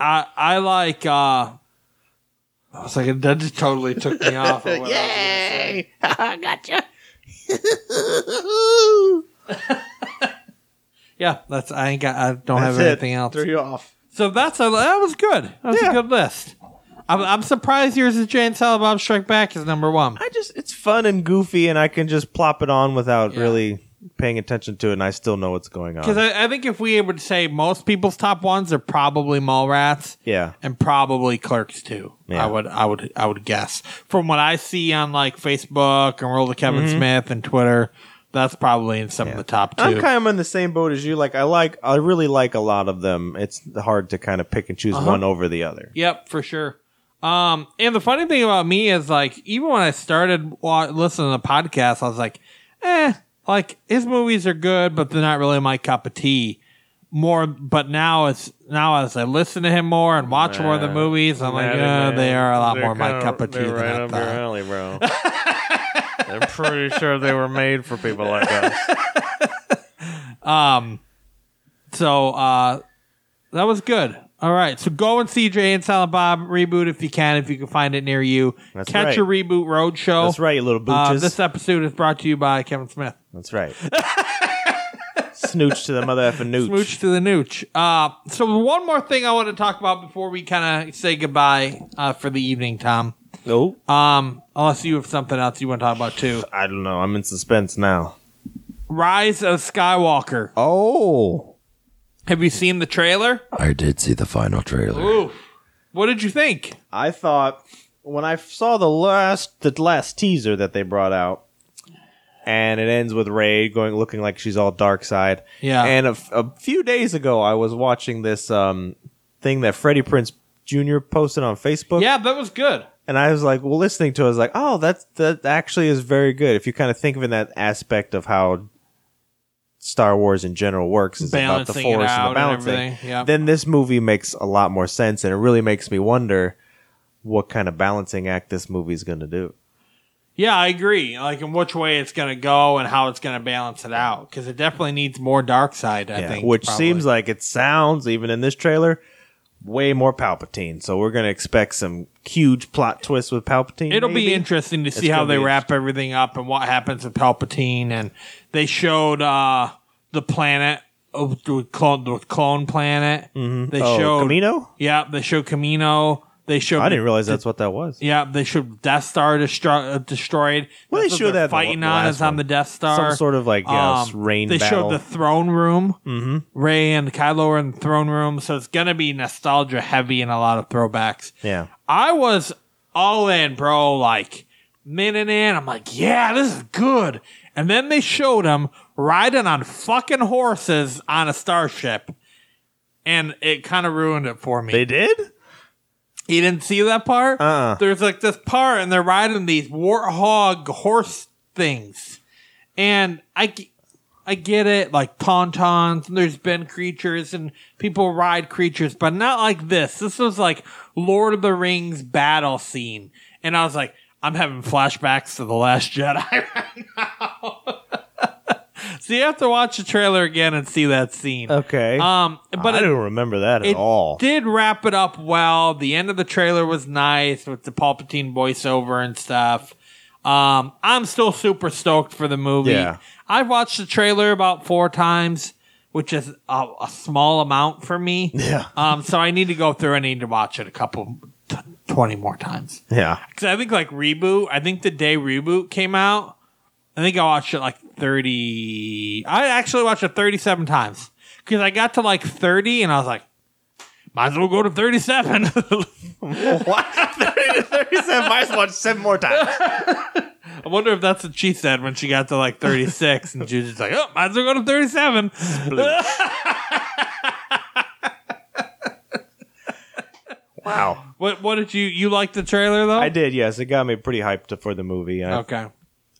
I I like. Uh, I was like, that just totally took me off. Of what I was gonna say. gotcha. Yeah, that's. I ain't got. I don't have That's it. anything else. Threw you off. So that's a that was good. That was Yeah. a good list. I'm, I'm surprised yours is Jane Bob Strike Back is number one. I just it's fun and goofy, and I can just plop it on without Yeah. really paying attention to it, and I still know what's going on. Because I, I think if we were to say most people's top ones are probably Mallrats yeah, and probably Clerks too. Yeah. I would, I would, I would guess from what I see on like Facebook and Roll to Kevin Mm-hmm. Smith and Twitter, that's probably in some of the top 2 I'm kind of in the same boat as you. Like I like, I really like a lot of them. It's hard to kind of pick and Uh-huh. choose one over the other. Yep, for sure. Um, and the funny thing about me is like, even when I started wa- listening to podcasts, I was like, eh, like his movies are good, but they're not really my cup of tea. More, but now it's now as I listen to him more and watch more of the movies, I'm like, yeah, they are a lot more my cup of tea than I thought. alley, bro. I'm pretty sure they were made for people like us. So, uh, that was good. All right, so go and see Jay and Silent Bob reboot if you can, if you can find it near you. That's Catch right. a reboot roadshow. That's right, you little Uh, booches. this episode is brought to you by Kevin Smith. That's right. Snooch to the mother effing nooch. Smooch to the nooch. Uh, so one more thing I want to talk about before we kind of say goodbye uh, for the evening, Tom. Nope. Um, unless you have something else you want to talk about too. I don't know. I'm in suspense now. Rise of Skywalker. Oh, Have you seen the trailer? I did see the final trailer. Ooh, what did you think? I thought when I saw the last the last teaser that they brought out, and it ends with Ray going looking like she's all dark side. Yeah. And a, f- a few days ago, I was watching this um thing that Freddie Prince Jr. posted on Facebook. Yeah, that was good. And I was like, well, listening to it, I was like, oh, that's that actually is very good. If you kind of think of it in that aspect of how Star Wars in general works is about the Balancing it force out and the and balancing. everything, yeah. Then this movie makes a lot more sense, and it really makes me wonder what kind of balancing act this movie's going to do. Yeah, I agree. Like in which way it's gonna go and how it's gonna balance it out because it definitely needs more dark side. I think, which probably. seems like it sounds even in this trailer way more Palpatine. So we're gonna expect some huge plot twists with Palpatine. it'll be maybe? interesting to see how gonna they be wrap everything up and what happens with Palpatine. And they showed uh the planet of the clone, the clone planet. Mm-hmm. They Oh, showed Camino. Yeah, they showed Camino. They showed. I didn't realize that's what that was. Yeah, they showed Death Star destro- uh, destroyed. Well, they That's what they're showed that in the fighting la- on last is on one. the Death Star. Um, Some sort of like yeah, s- rain. They battle. showed the throne room. Mm-hmm. Ray and Kylo are in the throne room, so it's gonna be nostalgia heavy and a lot of throwbacks. yeah. I was all in, bro. Like minute in, I'm like, yeah, this is good. And then they showed him riding on fucking horses on a starship, and it kind of ruined it for me. They did. You didn't see that part? Uh-uh. There's like this part, and they're riding these warthog horse things. And I, g- I get it, like tauntauns, and there's been creatures, and people ride creatures, but not like this. This was like Lord of the Rings battle scene. And I was like, I'm having flashbacks to The Last Jedi right now. so you have to watch the trailer again and see that scene. Okay. Um, but I it- don't remember that at it all. did wrap it up well. The end of the trailer was nice with the Palpatine voiceover and stuff. Um, I'm still super stoked for the movie. Yeah. I've watched the trailer about four times, which is a, a small amount for me. Yeah. Um, so I need to go through. I need to watch it a couple, t- twenty more times. yeah. Because I think like reboot. I think the day reboot came out, I think I watched it like thirty. I actually watched it thirty-seven times because I got to like thirty and I was like, might as well go to thirty-seven. Thirty-seven. Might as well watch seven more times. I wonder if that's what she said when she got to like thirty-six and she was just like, oh, might as well go to thirty-seven. Wow. What What did you you like the trailer though? I did. Yes, it got me pretty hyped for the movie. I, Okay.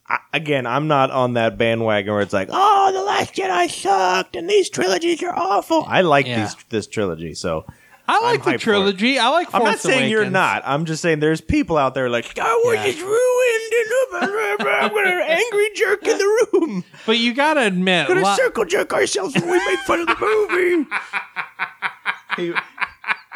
I, again, I'm not on that bandwagon where it's like, oh, the Last Jedi sucked and these trilogies are awful. I like Yeah. these this trilogy, so I like hyped for the it. trilogy. I like. Force I'm not saying you're Awakens. not. I'm just saying there's people out there like Star Wars Yeah. is ruined. And I'm gonna angry jerk in the room. but you gotta admit, Gonna lo- circle jerk ourselves when we make fun of the movie.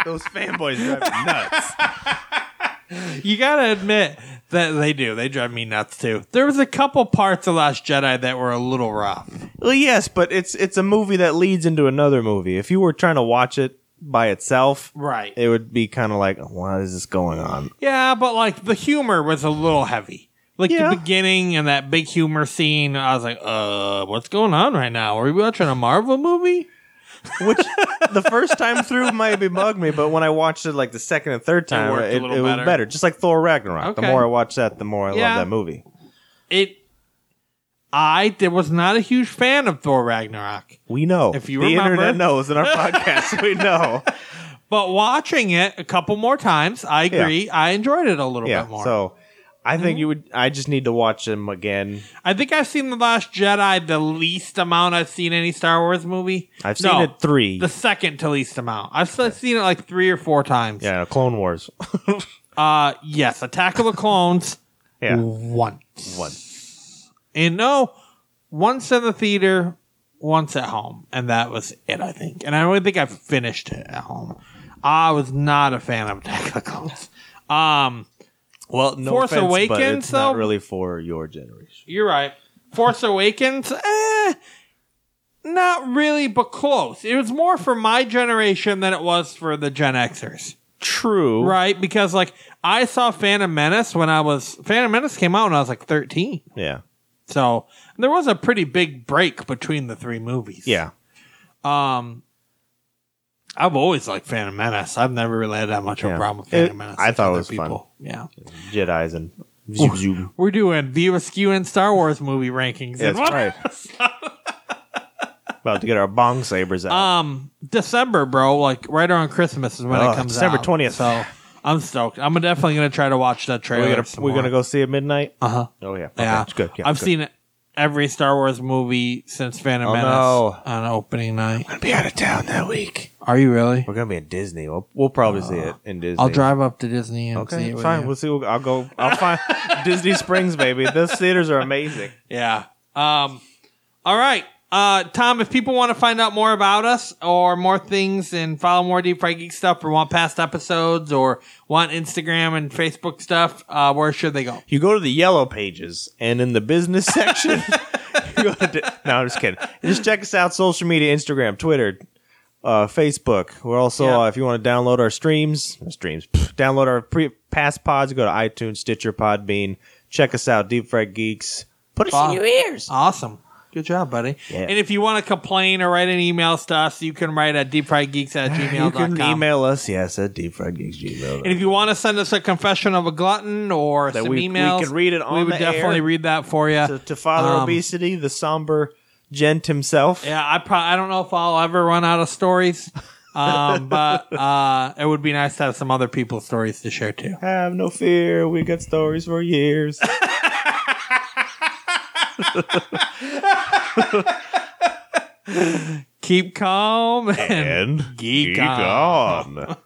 those fanboys drive me nuts. You gotta admit that they do. They drive me nuts too. There was a couple parts of Last Jedi that were a little rough. Well, yes, but it's it's a movie that leads into another movie. If you were trying to watch it by itself, Right. it would be kind of like, why is this going on? Yeah, but like the humor was a little heavy. Like Yeah. the beginning and that big humor scene, I was like, uh, what's going on right now? Are we watching a Marvel movie? Which the first time through maybe bugged me, but when I watched it like the second and third time, worked a it, it little better. was better. Just like Thor Ragnarok. The Okay. more I watch that, the more I Yeah. love that movie. It. I did, was not a huge fan of Thor Ragnarok. We know. If you the remember- internet knows in our podcast, we know. But watching it a couple more times, I agree. I enjoyed it a little Yeah. bit more. Mm-hmm. So I think you would. I just need to watch them again. I think I've seen The Last Jedi the least amount I've seen any Star Wars movie. I've seen No, it three. The second to least amount. I've s- seen it like three or four times. yeah, Clone Wars. Uh, yes, Attack of the Clones yeah. once. One. And no, once in the theater, once at home. And that was it, I think. And I don't think I finished it at home. I was not a fan of Attack of the Clones. Um, Well, no Force offense, but Awakens, it's not though? really for your generation. You're right. Force Awakens, eh, not really, but close. It was more for my generation than it was for the Gen Xers, True. right? Because like I saw Phantom Menace when I was Phantom Menace came out when I was like 13, Yeah. so there was a pretty big break between the three movies. Yeah. Um, I've always liked Phantom Menace. I've never really had that much of a Yeah. problem with Phantom It- Menace. I with thought it other was fun. Yeah, Jedi's and zoom zoom. we're doing the Askew and Star Wars movie rankings. That's and what- right. About to get our bong sabers out. um December, bro. Like right around Christmas is when Oh, it comes December out. 20th. So I'm stoked. I'm definitely gonna try to watch that trailer. we're gonna some we're more. gonna go see it midnight. Uh huh. Oh yeah. Okay, Yeah, it's good. Yeah, I've good. seen it. every Star Wars movie since Phantom Oh, Menace no. on opening night. I'll be out of town that week. Are you really? We're gonna be in Disney. We'll, we'll probably see it in Disney. Uh, I'll drive up to Disney and see Okay, it with fine. you. We'll see. What, I'll go. I'll find Disney Springs, baby. Those theaters are amazing. Yeah. Um, all right. Uh, Tom, if people want to find out more about us or more things and follow more Deep Fried Geek stuff or want past episodes or want Instagram and Facebook stuff, uh, where should they go? You go to the yellow pages, and in the business section, you go to. Di- no, I'm just kidding. Just check us out: social media, Instagram, Twitter, uh, Facebook. We're also, Yeah. uh, if you want to download our streams, streams, pff, download our pre- past pods. Go to iTunes, Stitcher, Podbean. Check us out, Deep Fried Geeks. Put us Wow. in your ears. Awesome. Good job, buddy. Yeah. And if you want to complain or write any emails to us, you can write at deepfriedgeeks at You can gmail.com. email us, yes, at deepfriedgeeksgmail. And if you want to send us a confession of a glutton or That some we- we emails, can read it we on would the definitely air. read that for you. to, to father Um, obesity, the somber gent himself. Yeah, I pro- I don't know if I'll ever run out of stories, um, but uh, it would be nice to have some other people's stories to share too. Have no fear, we got stories for years. Keep calm and and geek, on. on.